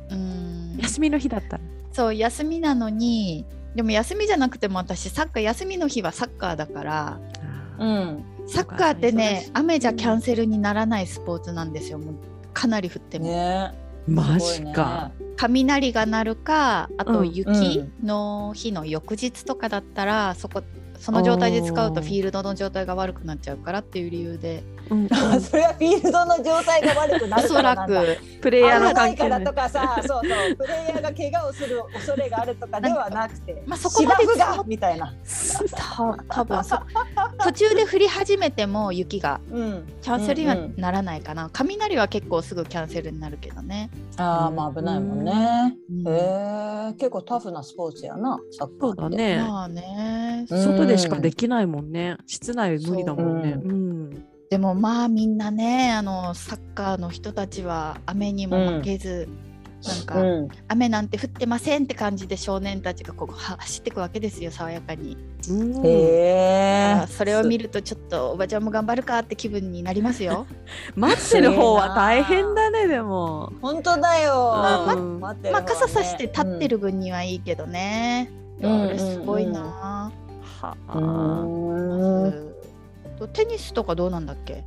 Speaker 2: うん、
Speaker 1: 休みの日だったら。
Speaker 2: そう休みなのにでも休みじゃなくても私サッカー休みの日はサッカーだから
Speaker 3: うん。
Speaker 2: サッカーって
Speaker 1: そう
Speaker 2: ね
Speaker 1: か
Speaker 2: 雨じゃキャンセルにならないスポーツなんですよもうかなり降っても、
Speaker 3: ね。
Speaker 1: マ
Speaker 3: す
Speaker 1: ジ
Speaker 3: ごいね
Speaker 1: か。。
Speaker 2: 雷が鳴るかあと
Speaker 1: うん
Speaker 2: 雪の日の翌日とかだったら、そこその状態で使うと
Speaker 1: おー
Speaker 2: フィールドの状態が悪くなっちゃうからっていう理由で
Speaker 1: うん
Speaker 3: あそれはフィールドの状態が悪くな
Speaker 2: お
Speaker 3: る
Speaker 2: そ
Speaker 3: から
Speaker 2: ら
Speaker 3: なん
Speaker 2: く
Speaker 3: だ。
Speaker 1: プレイ
Speaker 3: プレイ
Speaker 1: ヤー
Speaker 3: ヤー
Speaker 1: の
Speaker 3: の
Speaker 1: 関
Speaker 3: 関係
Speaker 1: 係
Speaker 3: だ
Speaker 1: ね
Speaker 3: とかさ、そうそう、プレイヤーが怪我をする恐れがあるとかではなくて、
Speaker 2: まあそこまで
Speaker 3: 芝生がみたいな。
Speaker 2: た多分そ途中で降り始めても雪が
Speaker 3: うん。
Speaker 2: キャンセルには
Speaker 3: うんうん
Speaker 2: ならないかな、雷は結構すぐキャンセルになるけどね。
Speaker 3: ああ、まあ危ないもんね。
Speaker 2: うん
Speaker 3: へえ、結構タフなスポーツやな、サッカ
Speaker 1: そ
Speaker 3: ー
Speaker 1: う
Speaker 3: って。
Speaker 1: だね。
Speaker 2: まあね、
Speaker 3: うん
Speaker 1: 外でしかできないもんね。室内無理だもんね。
Speaker 3: そう
Speaker 1: うん。
Speaker 2: でもまあみんなねあのサッカーの人たちは雨にも負けず、なんか、
Speaker 3: うん。
Speaker 2: 雨なんて降ってませんって感じで少年たちがここは走ってくわけですよ爽やかに、
Speaker 1: うん
Speaker 3: へ
Speaker 2: あ
Speaker 3: え。
Speaker 2: それを見るとちょっとおばちゃんも頑張るかって気分になりますよ
Speaker 1: 待ってる方は大変だね、でも。
Speaker 3: 本当だよ。
Speaker 1: うん
Speaker 3: 待ってる
Speaker 2: ま
Speaker 3: わ
Speaker 2: あ
Speaker 3: ね
Speaker 2: 傘さして立ってる。分にはいいけどね、
Speaker 3: う
Speaker 2: うんあれすごいな、
Speaker 1: はあ。
Speaker 3: うんうん
Speaker 2: うんテニスとかどうなんだっけ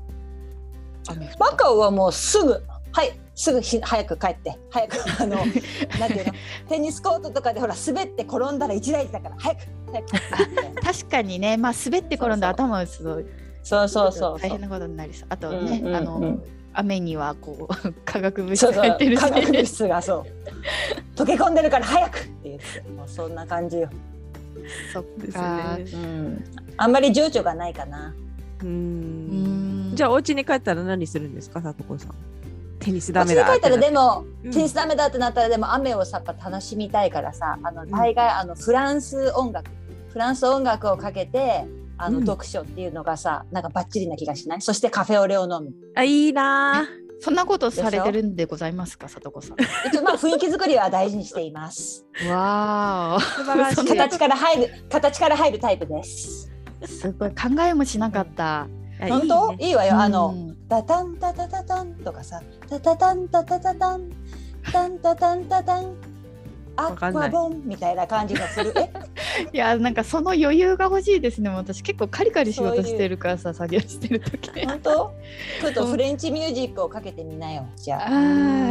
Speaker 2: 雨降った
Speaker 3: マカオはもうすぐはいすぐひ早く帰って早くあ
Speaker 2: [LAUGHS]
Speaker 3: のなんていうのテニスコートとかでほら滑って転んだら一大事だから早く早く
Speaker 2: 確かにね、まあ、滑って転んで頭打つと
Speaker 3: そうそうそうそ
Speaker 2: 大
Speaker 3: う
Speaker 2: 変なことになりそうあとね、
Speaker 3: うんうんうん
Speaker 2: あの雨にはこう [LAUGHS] 化学物質
Speaker 3: そうそう
Speaker 2: 入ってるし
Speaker 3: 化学物質がそう溶け込んでるから早くっていうもうそんな感じよ、
Speaker 2: そっ
Speaker 1: です
Speaker 2: か、
Speaker 1: ね。
Speaker 3: うん、あんまり情緒がないかな
Speaker 1: う。
Speaker 2: うんん
Speaker 1: じゃあ、お家に帰ったら何するんですか、さとこさん。テニス
Speaker 3: こ
Speaker 1: ダ
Speaker 3: っち
Speaker 1: メ
Speaker 3: に
Speaker 1: だ。
Speaker 3: 帰ったらでも、
Speaker 1: うん
Speaker 3: テニスダメだってなったらでも雨をさっぱ楽しみたいからさあの大概あのフランス音楽フランス音楽をかけてあの
Speaker 1: うん
Speaker 3: 読書っていうのがさ、なんかバッチリな気がしないそしてカフェオレを飲む
Speaker 1: あ、いいなあ。
Speaker 2: そんなことされてるんでございますか、さとこさん。
Speaker 3: 一応まあ雰囲気作りは大事にしています
Speaker 2: わ
Speaker 3: [LAUGHS]
Speaker 1: 素晴らし
Speaker 2: そんな
Speaker 1: いう
Speaker 3: 形から入る形から入るタイプです
Speaker 2: お、すごい考えもしなかった。
Speaker 1: あ。
Speaker 3: 本当いい,、わよあの、
Speaker 2: うん
Speaker 3: タタンタタタタンとかさタタタンタタタタンタンタタンタタンア
Speaker 1: わかん
Speaker 3: ク
Speaker 1: ない
Speaker 3: アボンみたいな感じがする
Speaker 1: [LAUGHS]
Speaker 3: え
Speaker 2: いや、なんかその余裕が欲しいですね。もう私結構カリカリ仕事してるからさ、作業して
Speaker 3: [LAUGHS]
Speaker 2: る時。
Speaker 3: 本当ちょっとフレンチミュージックをかけてみなよじゃあ、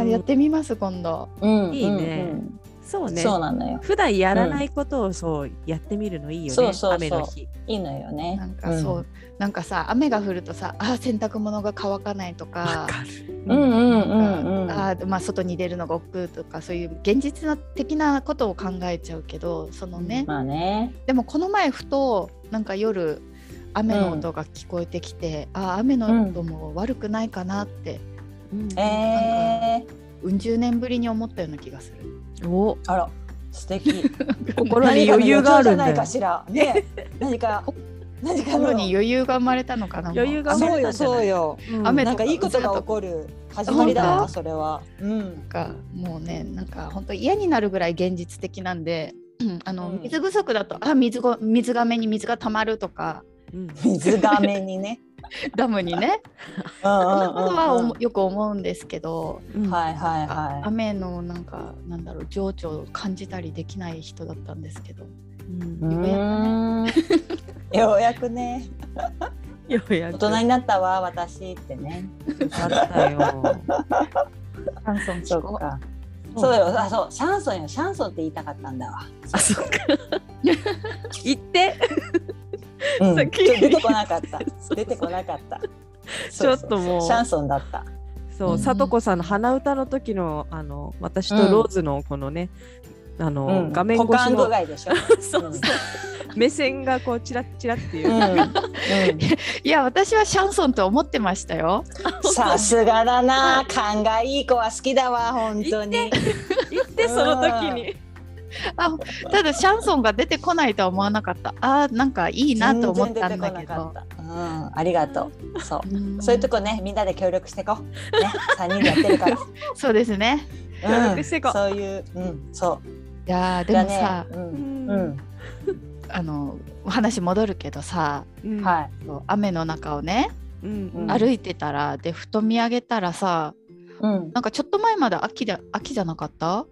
Speaker 2: ああ、やってみます、今度。
Speaker 3: うん
Speaker 1: いいね
Speaker 3: うん
Speaker 1: そう
Speaker 3: うん
Speaker 1: ね。
Speaker 3: そうなのよ
Speaker 1: 普段やらないことをそうやってみるのいいよ
Speaker 3: そ
Speaker 1: ね
Speaker 3: うそうそう
Speaker 1: 雨の日。
Speaker 3: いいのよね
Speaker 2: なんかそう、
Speaker 3: うん
Speaker 2: なんかさ、雨が降るとさ、あー洗濯物が乾かないとか。
Speaker 1: る。
Speaker 3: うんうんうんうん
Speaker 2: あーまあ、外に出るのが億劫とかそういう現実な的なことを考えちゃうけどそのね、
Speaker 3: まあね
Speaker 2: でもこの前ふとなんか夜雨の音が聞こえてきて、ああ雨の音も悪くないかなって、
Speaker 1: うん
Speaker 3: え
Speaker 2: うん十年ぶりに思ったような気がする。
Speaker 1: お
Speaker 3: ー、あら素敵
Speaker 1: 心に余裕があるんだ
Speaker 3: 何かの予兆じゃない
Speaker 1: よ
Speaker 3: か。しらね何か何かの
Speaker 2: 心に余裕が生まれたのかな。
Speaker 1: 余裕が生まれ
Speaker 3: そうよそうよ
Speaker 1: うん
Speaker 2: 雨
Speaker 3: なんかいいことが起こる始まりだ
Speaker 2: 本
Speaker 3: わ
Speaker 2: 当
Speaker 3: それはうん
Speaker 2: がもうねなんか本当嫌になるぐらい現実的なんで、 [CLEARS THROAT] うんあの
Speaker 3: うん
Speaker 2: 水不足だとあ水ご水がめに水が溜まるとか [LAUGHS]
Speaker 1: うん
Speaker 3: 水がめにね
Speaker 2: ダムにね
Speaker 3: うんうん
Speaker 2: そん
Speaker 3: うん
Speaker 2: な
Speaker 3: う
Speaker 2: ことはお
Speaker 3: ん
Speaker 2: もよく思うんですけど、
Speaker 1: うん
Speaker 3: はいはい
Speaker 2: あ
Speaker 3: は
Speaker 2: 雨のなんかなんだろう情緒を感じたりできない人だったんですけど。
Speaker 1: うん
Speaker 3: いうんようやくね
Speaker 1: ようや
Speaker 3: 大
Speaker 1: く
Speaker 3: 人になったわ私ってね
Speaker 1: なったよ。
Speaker 3: [LAUGHS]
Speaker 2: シャンソン
Speaker 3: そ
Speaker 2: 聞
Speaker 3: う
Speaker 2: こ
Speaker 3: かそうよあそうシャンソンよシャンソンって言いたかったんだわ
Speaker 1: あそ
Speaker 3: [LAUGHS]
Speaker 1: っか。行って
Speaker 3: うん
Speaker 1: さ
Speaker 3: ち
Speaker 1: っ
Speaker 3: ょ
Speaker 1: き
Speaker 3: 出てこなかった出てこなかった
Speaker 1: ちょっともう
Speaker 3: シャンソンだった
Speaker 1: そう
Speaker 2: うん
Speaker 1: さとこさんの鼻歌の時のあの私とローズのこのね、あの、
Speaker 3: うん
Speaker 1: 画面越
Speaker 3: 股
Speaker 1: し
Speaker 3: 間
Speaker 1: の
Speaker 3: 具合でしょ。
Speaker 1: [LAUGHS] そうそう目線がこうチラッチラっていうう、
Speaker 3: ん
Speaker 2: いや私はシャンソンと思ってまし
Speaker 3: [LAUGHS]
Speaker 2: たよ。
Speaker 3: うんさすがだな、勘がいい子は好きだわ、本当に。
Speaker 1: 行ってその時に
Speaker 2: あただシャンソンが出てこないとは思わなかった。あーなんかいいなと思ったんだけ
Speaker 3: 全然出てこな
Speaker 2: ど。
Speaker 3: かった。うん、ありがとう。そう。
Speaker 2: うん
Speaker 3: そういうとこね、みんなで協力していこ
Speaker 2: [LAUGHS]
Speaker 3: う。ね、三人でやってるから。
Speaker 2: そうですね。
Speaker 1: 協
Speaker 3: う
Speaker 1: 力
Speaker 3: ん、
Speaker 1: していこう
Speaker 3: そういう、うん、そう。
Speaker 2: いやーで
Speaker 3: じゃあ
Speaker 2: も
Speaker 3: ね
Speaker 2: さ、
Speaker 3: うん、う
Speaker 2: あのお話戻るけどさ
Speaker 1: うん
Speaker 3: ん、はい。
Speaker 2: 雨の中をね
Speaker 1: うん
Speaker 3: うん
Speaker 2: 歩いてたらでふと見上げたらさ
Speaker 3: うん、
Speaker 2: なんかちょっと前まで秋だ秋じゃなかった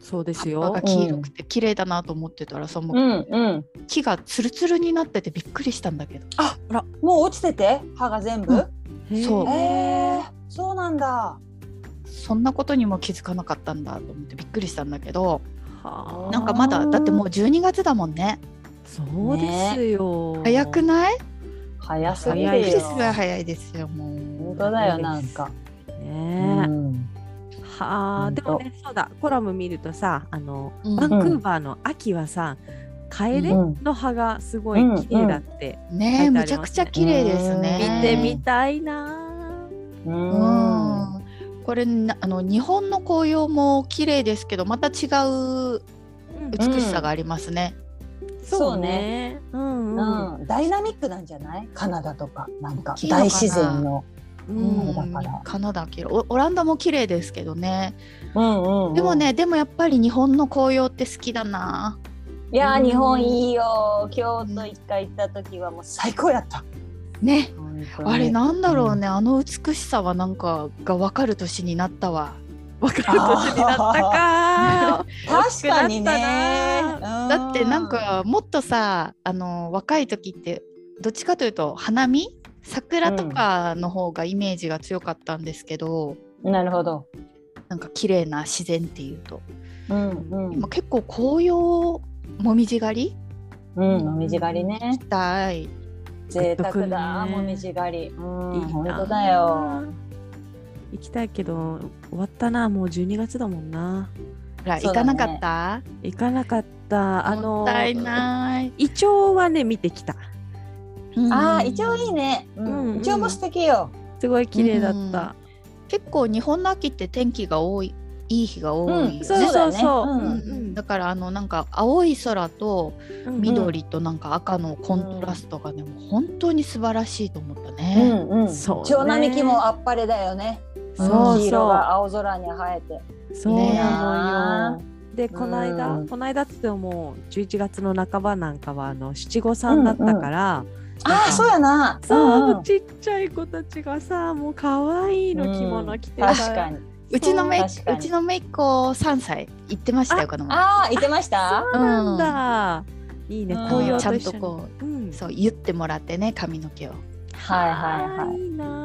Speaker 1: そうです
Speaker 2: 葉っ
Speaker 1: よ
Speaker 2: ぱが黄色くて綺麗だなと思ってたらさも
Speaker 3: う、
Speaker 2: うん
Speaker 3: うん。
Speaker 2: 木がツルツルになっててびっくりしたんだけど。
Speaker 3: もう落ちてて、歯が全部。
Speaker 2: うんそう
Speaker 3: ええー、そうなんだ。
Speaker 2: そんなことにも気づかなかったんだと思ってびっくりしたんだけど
Speaker 1: はあ
Speaker 2: なんかまだだってもう
Speaker 3: う
Speaker 2: 12月だもんね
Speaker 1: そうですよ、
Speaker 2: 早くない
Speaker 3: 早すぎ
Speaker 1: 早
Speaker 3: る
Speaker 1: い
Speaker 2: 季
Speaker 3: よ
Speaker 2: 節。が早いですよも
Speaker 3: 本
Speaker 2: う
Speaker 3: 当だよ、なんか。
Speaker 1: ねえ
Speaker 3: ん、
Speaker 1: はあ
Speaker 3: ほん
Speaker 1: で
Speaker 3: と
Speaker 1: もねそうだコラム見るとさあの、
Speaker 2: うん
Speaker 1: バンクーバーの秋はさカエデ
Speaker 3: うん
Speaker 1: の葉がすごい綺麗だって、
Speaker 2: ね
Speaker 1: 書いてあ
Speaker 2: え
Speaker 1: りますね
Speaker 2: むちゃくちゃ綺麗ですね
Speaker 3: うん
Speaker 1: 見てみたいな
Speaker 3: う。
Speaker 2: うんんこれなあの日本の紅葉も綺麗ですけどまた違う美しさがありますね、
Speaker 1: ー、
Speaker 3: そうね
Speaker 1: うんうん、
Speaker 3: うん、ダイナミックなんじゃないカナダとかなんか
Speaker 2: 大きいのか
Speaker 3: 大
Speaker 2: な
Speaker 3: 自然の、
Speaker 1: うん
Speaker 3: うんだから
Speaker 2: カナダ綺麗おオランダも綺麗ですけどね
Speaker 3: うんうんうん
Speaker 2: でもねでもやっぱり日本の紅葉って好きだない
Speaker 3: や
Speaker 2: う
Speaker 3: ー
Speaker 2: ん
Speaker 3: 日本いいよ京都一回行った時はもう最高やった、
Speaker 2: ねあれ
Speaker 3: な
Speaker 2: なんだろうね、あの美しさはなんかが分かる年になったわ。
Speaker 1: 分かる年になったか
Speaker 3: 確かにね
Speaker 1: 大きく
Speaker 2: だってなんかもっとさあの若い時ってどっちかというと花見桜とかの方がイメージが強かったんですけど、
Speaker 3: うんなるほど
Speaker 2: なんか綺麗な自然っていうと、
Speaker 3: うんうん
Speaker 2: 今結構紅葉もみじ狩り
Speaker 3: うんもみじ狩りね
Speaker 2: したい
Speaker 3: 贅沢
Speaker 1: グッとくる
Speaker 3: だ
Speaker 1: ね
Speaker 3: もみじ狩りうん
Speaker 1: いいな
Speaker 3: 本当だよ
Speaker 1: 行きたいけど終わったなもう12月だもんな
Speaker 2: ほら、
Speaker 3: そ
Speaker 2: 行
Speaker 3: うだ
Speaker 2: か
Speaker 3: ね
Speaker 2: なかった
Speaker 1: 行かなかったあの
Speaker 2: もったいない、
Speaker 1: イチョウはね見てきた
Speaker 3: あーイチョウいいね、う
Speaker 1: うん
Speaker 3: ん
Speaker 1: うん
Speaker 3: イチョウも素敵よ
Speaker 1: すごい綺麗だった、
Speaker 2: 結構日本の秋って天気が多いいい日が多いよね、
Speaker 3: うん
Speaker 1: そうそうそう
Speaker 3: そうだよね
Speaker 1: うんう
Speaker 2: う
Speaker 1: んん
Speaker 2: だからあのなんか青い空と
Speaker 1: うん
Speaker 2: 緑となんか赤のコントラストがね、もう本当に素晴らしいと思った
Speaker 3: う
Speaker 2: ね。
Speaker 3: んうん
Speaker 1: そうね
Speaker 3: 長並木もあっぱれだよね
Speaker 1: そう
Speaker 3: 黄色
Speaker 1: そ
Speaker 3: が青空に映えて
Speaker 1: うそう
Speaker 2: ね
Speaker 1: なのよでこの間、
Speaker 3: うん
Speaker 1: この間っつっても11月の半ばなんかはあの七五三だったから、
Speaker 3: ああそうやな
Speaker 1: そう、
Speaker 3: んん
Speaker 1: ちっちゃい子たちがさもう可愛いの着物着てさ、
Speaker 3: 確かに
Speaker 2: うちのめい
Speaker 3: 確か
Speaker 2: う
Speaker 3: に
Speaker 2: ちのめいっ子三歳行ってましたよこの前。
Speaker 3: ああいてました
Speaker 1: そうなんだ、いいね
Speaker 3: うん
Speaker 1: 紅葉
Speaker 2: ちゃ
Speaker 1: と
Speaker 2: ん
Speaker 1: 一緒
Speaker 2: と
Speaker 1: に、
Speaker 2: こ
Speaker 1: うん
Speaker 2: うそう言ってもらってね髪の毛を。
Speaker 3: はいはい
Speaker 1: あ
Speaker 3: は
Speaker 1: ーいいなー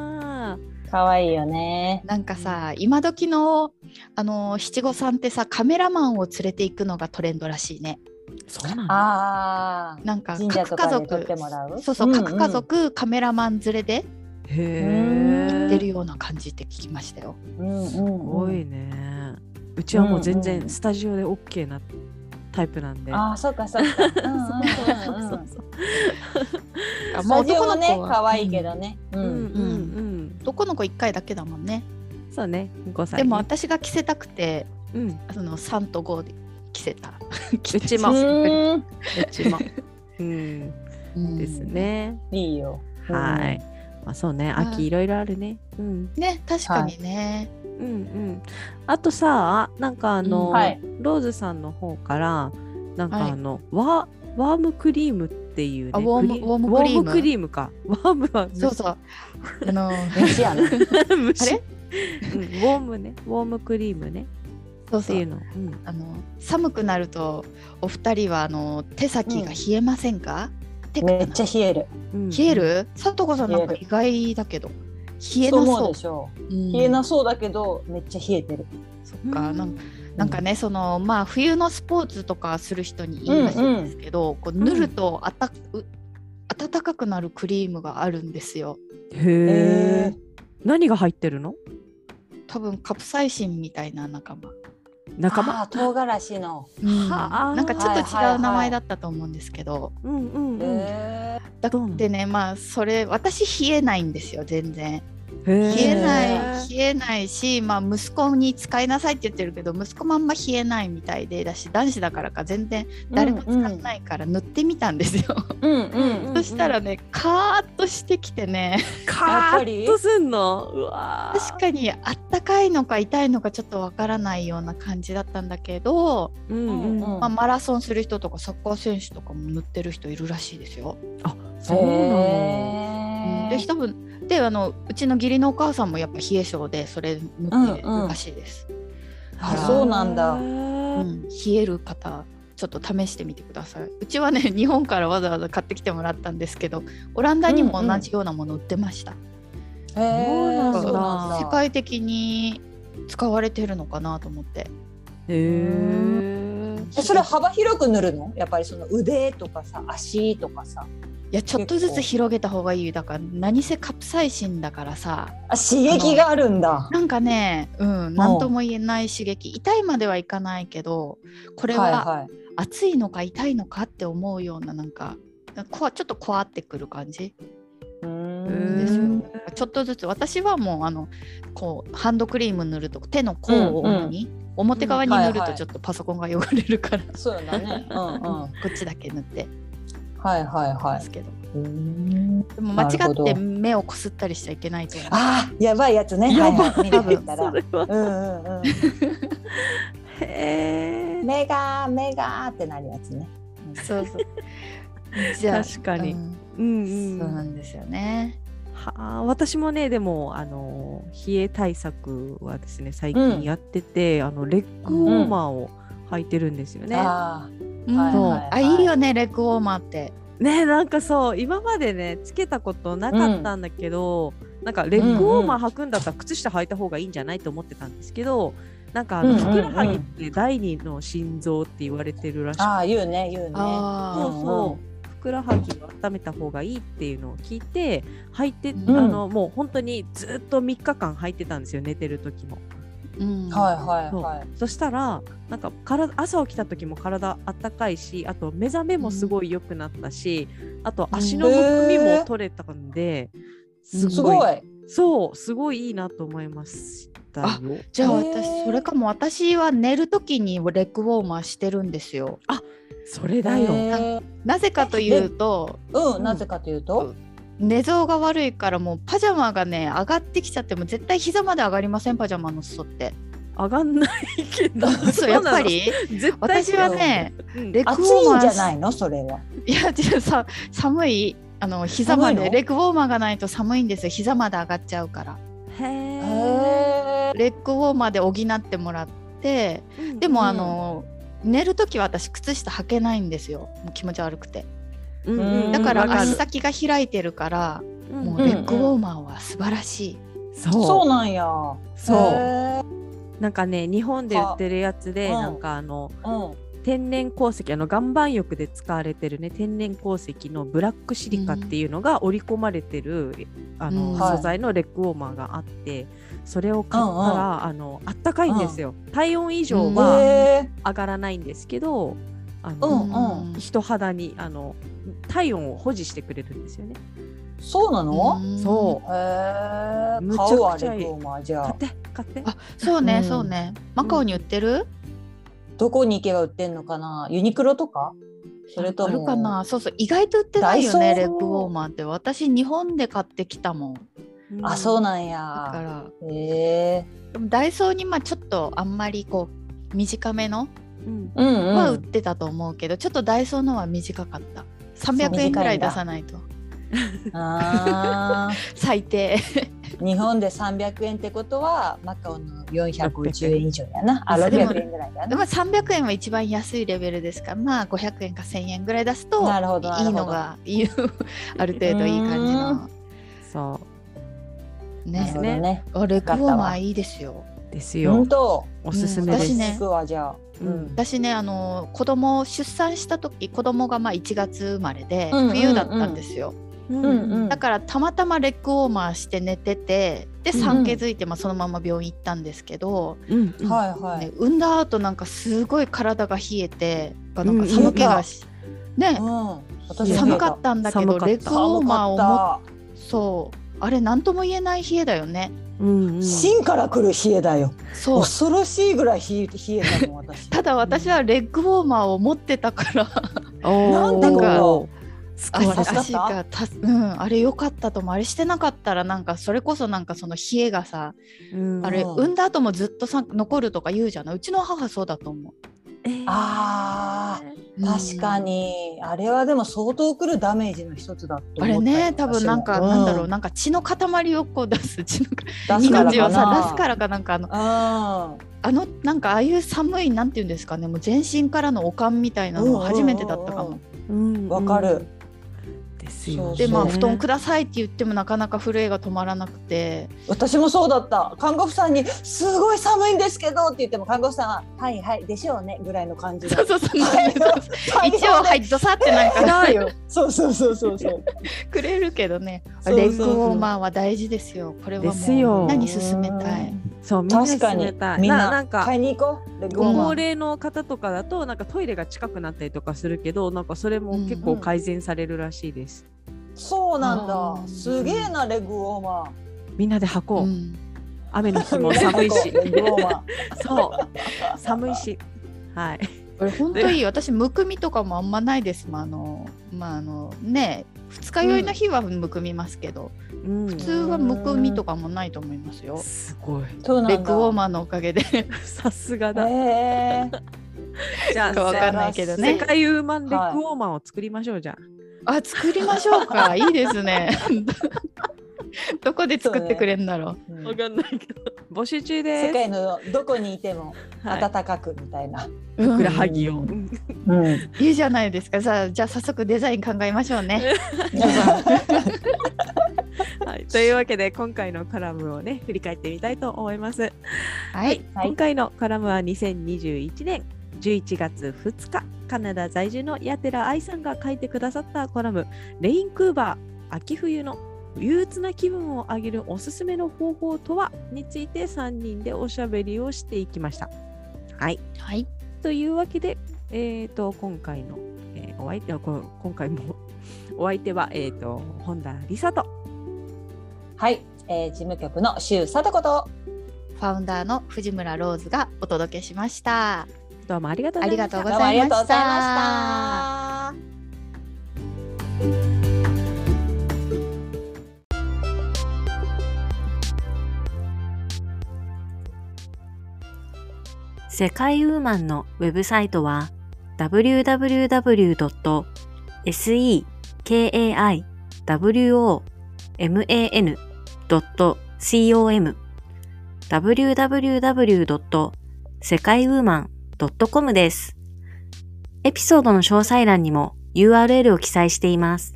Speaker 3: い。可愛いよね。
Speaker 2: なんかさ、今時のあの七五三ってさカメラマンを連れて行くのがトレンドらしいね。
Speaker 1: そうなの
Speaker 3: あ
Speaker 2: なんか
Speaker 3: 神社
Speaker 2: 各
Speaker 3: と
Speaker 2: 家
Speaker 3: か
Speaker 2: 族
Speaker 3: で撮ってもらう
Speaker 2: そうそう、
Speaker 3: うんうん
Speaker 2: 各家族カメラマン連れで
Speaker 1: へ
Speaker 3: う
Speaker 1: え
Speaker 3: ん
Speaker 2: 出るような感じって聞きましたよ。
Speaker 3: あ。うん
Speaker 1: す
Speaker 3: うん
Speaker 1: ご
Speaker 3: うん
Speaker 1: いねうちはもう全
Speaker 3: うんう
Speaker 1: 然
Speaker 3: ん
Speaker 1: スタジオで OK なタイプなんで、
Speaker 3: ああ、そうかそうか。うんうんうん。
Speaker 1: そううん
Speaker 3: ス
Speaker 1: そうそう
Speaker 2: まあ
Speaker 3: タジオもね
Speaker 2: 男の子、は
Speaker 3: 可愛いけどね。う
Speaker 1: うん
Speaker 3: ん。
Speaker 1: うんうん
Speaker 2: 男の子1回だけだもんね。
Speaker 1: そうね5歳
Speaker 2: でも私が着せたくて
Speaker 1: うん、う
Speaker 2: その3と5で着せた
Speaker 1: [LAUGHS] うちも
Speaker 3: うん
Speaker 1: ちも、うん、
Speaker 2: うん
Speaker 1: ですね、
Speaker 3: いいよ。うん
Speaker 1: はい。まあ、そうね秋いろいろあるね、うん、
Speaker 2: ね確かにね、
Speaker 1: うんうんあとさなんかあの、
Speaker 2: うん
Speaker 3: はい。
Speaker 1: ローズさんの方からなんか
Speaker 2: はい
Speaker 1: あの、ワワームクリームっていうね
Speaker 2: あウォーム
Speaker 1: クリ
Speaker 2: ウォー
Speaker 1: ウォー
Speaker 2: ムクリーム
Speaker 1: ムクリームかワームは
Speaker 2: そうそうあの
Speaker 3: 虫やな。
Speaker 1: [LAUGHS] 虫
Speaker 2: あれ
Speaker 1: うんウォームねウォームクリームね
Speaker 2: そう
Speaker 1: って
Speaker 2: そう
Speaker 1: いうの、うん、
Speaker 2: あの寒くなるとお二人はあの手先が冷えませんか、手
Speaker 3: め
Speaker 2: 首
Speaker 3: っちゃ冷える。
Speaker 1: うん
Speaker 2: 冷える佐藤子さんなんか
Speaker 3: 冷え
Speaker 2: 意外だけど冷え
Speaker 3: そう
Speaker 2: な
Speaker 3: 思
Speaker 2: そうう
Speaker 3: でしょう。
Speaker 2: うん
Speaker 3: 冷えなそうだけど、めっちゃ冷えてる。
Speaker 2: そっかなんか
Speaker 1: うん
Speaker 2: なんかねそのまあ冬のスポーツとかする人にいいらしいんですけど、こう塗るとあた、う暖かくなるクリームがあるんですよ
Speaker 1: へ
Speaker 3: え
Speaker 1: え何が入ってるの
Speaker 2: 多分カプサイシンみたいな仲間
Speaker 1: 仲間。
Speaker 3: あー唐辛子の。
Speaker 2: うん
Speaker 1: はあ
Speaker 2: なんかちょっと
Speaker 3: はいはい
Speaker 2: 違
Speaker 3: は
Speaker 2: う
Speaker 3: い
Speaker 2: 名前だったと思うんですけど、
Speaker 1: うんうんうん。へ
Speaker 3: へ
Speaker 2: だ
Speaker 1: どうな
Speaker 2: ってねまあそれ私冷えないんですよ全然
Speaker 1: ー
Speaker 2: 冷え
Speaker 3: へ
Speaker 2: ない冷えないし、まあ、息子に使いなさいって言ってるけど息子もあんま冷えないみたいでだし男子だからか全然
Speaker 3: ー
Speaker 2: 誰も使わないから塗ってみたんですよ、
Speaker 3: うんうん。
Speaker 1: うん
Speaker 2: そしたらねカーッとしてきてね
Speaker 1: カ
Speaker 3: やっぱ
Speaker 1: ーッ
Speaker 3: り
Speaker 1: とすんの。うわー。
Speaker 2: 確かにあったかいのか痛いのかちょっとわからないような感じだったんだけど、
Speaker 1: うんうん。
Speaker 3: うんうん
Speaker 2: まあ、マラソンする人とかサッカー選手とかも塗ってる人いるらしいですよ。
Speaker 1: あ、そうなの。
Speaker 3: へー
Speaker 2: で多分であのうちの義理のお母さんもやっぱ冷え性でそれ塗ってるらしいです。
Speaker 3: あ
Speaker 2: だから
Speaker 3: そうなんだ
Speaker 1: へー
Speaker 2: うん冷える方ちょっと試してみてください。うちはね日本からわざわざ買ってきてもらったんですけどオランダにも同じようなもの売ってました。
Speaker 3: へー
Speaker 1: そうなんだ
Speaker 3: そうなんだ
Speaker 2: 世界的に使われてるのかなと思って。
Speaker 1: へえ。
Speaker 3: えそれ幅広く塗るのやっぱりその腕とかさ足とかさ
Speaker 2: いやちょっとず
Speaker 3: 結
Speaker 2: つ
Speaker 3: 構
Speaker 2: 広げた方がいいよだから何せカプサイシンだからさ
Speaker 3: あ刺激があるんだ
Speaker 2: なんかねうん何とも言えない刺激痛いまではいかないけどこれは
Speaker 3: はい
Speaker 2: 熱いのか痛いのかって思うようななんかこわちょっとこわってくる感じ
Speaker 3: う
Speaker 2: で
Speaker 3: ー
Speaker 2: すよ
Speaker 1: うん
Speaker 2: ちょっとずつ私はもうあのこうハンドクリーム塗ると手の甲を主に、表側に塗る
Speaker 3: はい
Speaker 2: と
Speaker 3: はい
Speaker 2: ちょっとパソコンが汚れるから、
Speaker 3: そうだねうんうんは
Speaker 2: こっちだけ塗って
Speaker 3: いはい
Speaker 2: ま
Speaker 3: は
Speaker 2: すけど、
Speaker 3: いうん
Speaker 2: でも間違
Speaker 3: なる
Speaker 2: っ
Speaker 3: ほ
Speaker 2: て
Speaker 3: ど
Speaker 2: 目をこすったりしちゃいけないと思う。
Speaker 3: あーやばいやつね
Speaker 1: やばい
Speaker 3: はいはい見てくれた
Speaker 1: そ
Speaker 3: ら
Speaker 1: れは。
Speaker 3: うんうんうん [LAUGHS]
Speaker 1: へえ。
Speaker 3: 目が目がーってなるやつね
Speaker 2: そ
Speaker 3: [LAUGHS]
Speaker 2: うそう。じゃあ
Speaker 1: 確かに
Speaker 2: う。ん
Speaker 1: うん
Speaker 2: そう
Speaker 1: うん
Speaker 2: な。んですよね。
Speaker 1: はあ、私もねでもあの冷え対策はですね最
Speaker 3: うん
Speaker 1: 近やってて、あのレッグウォーマーを履いてるんですよね。
Speaker 3: あー
Speaker 2: うん
Speaker 3: はい
Speaker 1: はい
Speaker 3: はい
Speaker 2: あいいよねレッグウォーマーって。
Speaker 1: ねなんかそう今までねつけたことなかったんだけど、なんかレッグウォーマー履くんだったら靴下履いた方がいいんじゃないと思ってたんですけどなんかあ
Speaker 3: う
Speaker 1: の
Speaker 3: んうん
Speaker 1: ふ
Speaker 3: うん
Speaker 1: くらはぎって第二の心臓って言われてるらしくて
Speaker 3: あー言うね言うね
Speaker 1: そう
Speaker 2: あ
Speaker 1: そうふくらはぎを温めた方がいいっていうのを聞いて履いて、
Speaker 2: うん
Speaker 1: あのもう本当にずっと3日間履いてたんですよ寝てる時も。
Speaker 2: うん。
Speaker 3: はいはいはい
Speaker 1: そしたらなんか体朝起きた時も体あったかいしあと目覚めもすごい良くなったし、あと足のむくみも取れたんで、すごい
Speaker 3: すごい
Speaker 1: そうすごいいいなと思いましたよ
Speaker 2: あじゃあ
Speaker 3: へー
Speaker 2: 私それかも私は寝るときにレッグウォーマーしてるんですよ。
Speaker 1: それだよ、
Speaker 3: へー
Speaker 2: なぜかというと
Speaker 3: うんなぜかというと
Speaker 2: 寝相が悪いからもうパジャマがね上がってきちゃっても絶対膝まで上がりませんパジャマの裾って。
Speaker 3: [LAUGHS]
Speaker 1: 上がんないけど
Speaker 2: [LAUGHS] そうやっぱり
Speaker 1: [LAUGHS] そうなの絶対
Speaker 2: 私はね
Speaker 1: うん
Speaker 2: レッ
Speaker 3: 暑
Speaker 2: グウォー
Speaker 3: い
Speaker 2: マ
Speaker 3: ん
Speaker 2: ー
Speaker 3: じゃないのそれは。
Speaker 2: いや違うさ寒いあの膝ま
Speaker 3: 寒い
Speaker 2: で
Speaker 3: の
Speaker 2: レッグウォーマーがないと寒いんですよ膝まで上がっちゃうから
Speaker 1: へえ、
Speaker 3: へ
Speaker 2: レッグウォーマーで補ってもらって
Speaker 1: うん
Speaker 2: でもあの、寝る時は私靴下履けないんですよもう気持ち悪くて
Speaker 1: うんうん
Speaker 2: だから
Speaker 1: わかる
Speaker 2: 足先が開いてるから、
Speaker 1: うん
Speaker 2: もう
Speaker 1: うん
Speaker 2: レッグウォーマーは素晴らしい、
Speaker 1: そう
Speaker 3: ー
Speaker 1: そ
Speaker 3: そううなんや。
Speaker 1: なんかね日本で売ってるやつで
Speaker 3: あうん
Speaker 1: なんかあの
Speaker 3: うん。
Speaker 1: 天然鉱石あの岩盤浴で使われてるね天然鉱石のブラックシリカっていうのが織り込まれてる、あの、
Speaker 2: うん
Speaker 1: 素材のレッグウォーマーがあってそれを買ったら、
Speaker 3: うんうん
Speaker 1: あのあったかいんですよ、体温以上
Speaker 2: うわ
Speaker 1: は
Speaker 3: へ
Speaker 1: 上がらないんですけどあ
Speaker 3: う
Speaker 1: の、
Speaker 3: んうん
Speaker 1: 人肌にあの体温を保持してくれるんですよね。
Speaker 3: ーそうなの？
Speaker 2: うん
Speaker 1: そ
Speaker 3: へえ。
Speaker 1: むちゃ
Speaker 3: 買うわ
Speaker 1: くち
Speaker 3: レ
Speaker 1: ゃいい
Speaker 3: ッグウォーマーじ
Speaker 1: う
Speaker 3: ゃ
Speaker 1: 買っ
Speaker 3: あ。
Speaker 1: て買って
Speaker 2: あそうね、
Speaker 3: うん
Speaker 2: そうねマカオに売ってる、
Speaker 3: どこに行けば売ってんのかな？ユニクロとか？それと
Speaker 2: あ
Speaker 3: も
Speaker 2: るかなそうそう意外と売ってないよ
Speaker 3: ダ
Speaker 2: ね
Speaker 3: イソー
Speaker 2: レッグウォーマーって私日本で買ってきたもんだ
Speaker 3: あそう
Speaker 1: な
Speaker 3: なん
Speaker 2: か
Speaker 3: や。
Speaker 2: ら
Speaker 3: へえ。
Speaker 2: でもダイソーにまあちょっとあんまりこう短めの
Speaker 1: うん
Speaker 3: うんうん。
Speaker 2: は売ってたと思うけど、ちょっとダイソーのは短かった300円くらい出さないと
Speaker 3: あ
Speaker 2: 最低
Speaker 3: ー [LAUGHS] 日本で300円ってことはマカオの450円以上やな。
Speaker 2: [LAUGHS]
Speaker 3: あ
Speaker 2: それも
Speaker 3: 600円ぐらいや
Speaker 2: で
Speaker 3: な。
Speaker 2: も300円は一番安いレベルですからまあ500円か1000円ぐらい出すと
Speaker 3: なるほど
Speaker 2: いいのがいいある程度いい感じの
Speaker 1: そ
Speaker 3: なるほ
Speaker 2: ね
Speaker 3: どね。
Speaker 2: あレッグウォーマーいいですよ
Speaker 1: うですよ、
Speaker 3: 本当。
Speaker 1: おすすめです。
Speaker 2: 私ね
Speaker 3: 行くわじゃあ。
Speaker 1: うん
Speaker 2: 私ねあの子供を出産した時子供がまあ1月生まれで
Speaker 3: うんうんうん
Speaker 2: 冬だったんですよ、
Speaker 1: うん
Speaker 3: うんうん
Speaker 2: だからたまたまレッグウォーマーして寝ててで
Speaker 1: うん
Speaker 2: 産気づいて、まあ、そのまま病院行ったんですけど、
Speaker 1: うんうん
Speaker 3: はいはい
Speaker 2: ね、産んだ後なんかすごい体が冷えてなん
Speaker 1: う
Speaker 2: か
Speaker 1: ん
Speaker 2: 寒気がし、ね
Speaker 3: うん
Speaker 1: 冷えた
Speaker 2: 寒かったんだけ
Speaker 1: 寒
Speaker 2: ど
Speaker 1: かった
Speaker 2: レッグウォーマー
Speaker 3: 寒
Speaker 2: をも
Speaker 3: かっ
Speaker 2: そうあれ何とも言えない冷えだよね
Speaker 1: うんうん
Speaker 3: た芯から来る冷えだよ
Speaker 2: そう
Speaker 3: 恐ろしいぐらい冷え冷えたもん私
Speaker 2: ただ私はレッグウォーマーを持ってたから
Speaker 1: おー
Speaker 2: なんか
Speaker 1: 救われ
Speaker 2: 足
Speaker 1: た
Speaker 3: あ
Speaker 2: 足がたうんあれ良かったともあれしてなかったらなんかそれこそなんかその冷えがさ
Speaker 1: うん
Speaker 2: あれ
Speaker 3: うん
Speaker 2: 産んだ後もずっとさ残るとか言うじゃないうちの母そうだと思
Speaker 1: えー
Speaker 3: あ
Speaker 2: う
Speaker 3: 確かに、あれはでも相当来るダメージの一つだと思っ
Speaker 2: うん
Speaker 3: た
Speaker 2: あ
Speaker 3: よ
Speaker 2: れね多分なんかなんだろう、
Speaker 3: う
Speaker 2: なんか血の塊をこう出す血の
Speaker 3: 出すから
Speaker 2: 命を
Speaker 3: かな
Speaker 2: さ出すからかなんかあの
Speaker 3: うん
Speaker 2: あのなんかああいう寒いなんて言うんですかねもう全身からのおかんみたいなのは初めてだったかも、
Speaker 3: うんうんうん
Speaker 1: うんうん
Speaker 3: わかる
Speaker 1: ですよね
Speaker 2: でまあ布団く
Speaker 1: ら
Speaker 2: ださいって言ってもなかなか震えが止まらなくて
Speaker 3: 私もそうだった看護婦さんに「すごい寒いんですけど」って言っても看護婦さんは「はいはいでしょうね」ぐらいの感じで
Speaker 2: そうそうそう
Speaker 3: はい
Speaker 2: 一応はいドサってなんか
Speaker 3: ないよそうそうそうそうそう
Speaker 2: くれるけどね
Speaker 3: そう
Speaker 2: レッグウォーマーは大事ですよこれはも
Speaker 1: ですよ
Speaker 2: うみんなに勧めたい
Speaker 1: そうみんなに
Speaker 3: 確か
Speaker 1: 勧
Speaker 3: に
Speaker 1: めたい
Speaker 3: みん
Speaker 1: な
Speaker 3: な
Speaker 1: なんか
Speaker 3: 買いに行こうレッグウォ
Speaker 1: ご
Speaker 3: ーマ
Speaker 1: 高
Speaker 3: ー
Speaker 1: 齢の方とかだとなんかトイレが近くなったりとかするけどなんかそれも結構改善されるらしいです、
Speaker 3: そうなん
Speaker 2: う
Speaker 3: だ
Speaker 2: ん
Speaker 3: すげえなレッグウォーマ
Speaker 1: みんなで履こう、
Speaker 2: うん
Speaker 1: 雨の日
Speaker 3: ー
Speaker 1: [LAUGHS] も寒いし
Speaker 3: レッグウォーマ
Speaker 1: そう寒いしはい
Speaker 2: これ本当いい私むくみとかもあんまないですもんあのまああのね二日酔いの日はむくみますけ
Speaker 1: う
Speaker 2: ど、
Speaker 1: ん
Speaker 2: 普通はむくみとかもないと思いますよ
Speaker 1: すごい
Speaker 3: ーそうなんだ
Speaker 2: レッグウォーマーのおかげで
Speaker 1: [LAUGHS] さすがだ
Speaker 3: えー
Speaker 1: [LAUGHS] じゃ
Speaker 2: なんかわかんないけど
Speaker 1: 世
Speaker 2: ね
Speaker 1: 界ウーマンレッグウォーマーを作りましょうじゃあ、
Speaker 2: あ作りましょうかいいですねどこで作ってくれるんだろう
Speaker 3: うん
Speaker 1: かんないけど募集中
Speaker 3: 世
Speaker 1: です
Speaker 3: 界のどこにいても
Speaker 1: はい
Speaker 3: 暖かくみたいな、
Speaker 2: う
Speaker 1: ふく
Speaker 2: ん
Speaker 1: らはぎを、うん
Speaker 3: うん、 [LAUGHS]
Speaker 2: いいじゃないですか。さあ、じゃあ早速デザイン考えましょうね。
Speaker 1: はい、というわけで今回のコラムをね振り返ってみたいと思います、
Speaker 2: はい。
Speaker 3: はい
Speaker 1: 今回のコラムは2021年11月2日カナダ在住のヤテラ愛さんが書いてくださったコラム「レインクーバー秋冬の憂鬱な気分を上げるおすすめの方法とは?」について3人でおしゃべりをしていきました。はい、
Speaker 2: はい。
Speaker 1: というわけで、えー、と今回の、えーお相手はこ今回もお相手は、えー、と本田理沙と
Speaker 3: はい、えー、事務局の周貞子と
Speaker 2: ファウンダーの藤村ローズがお届けしました。
Speaker 1: どうもありがとうございました
Speaker 2: ありがとうございま
Speaker 3: どうもあり
Speaker 2: した
Speaker 3: がとうございました。
Speaker 5: 世界ウーマンのウェブサイトは www.sekaiwoman.com www.sekaiwoman.com です。エピソードの詳細欄にも URL を記載しています。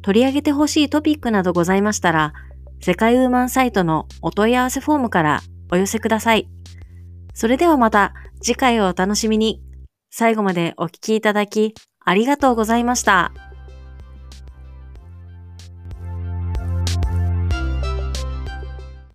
Speaker 5: 取り上げてほしいトピックなどございましたら、世界ウーマンサイトのお問い合わせフォームからお寄せください。それではまた次回をお楽しみに。最後までお聞きいただきありがとうございました。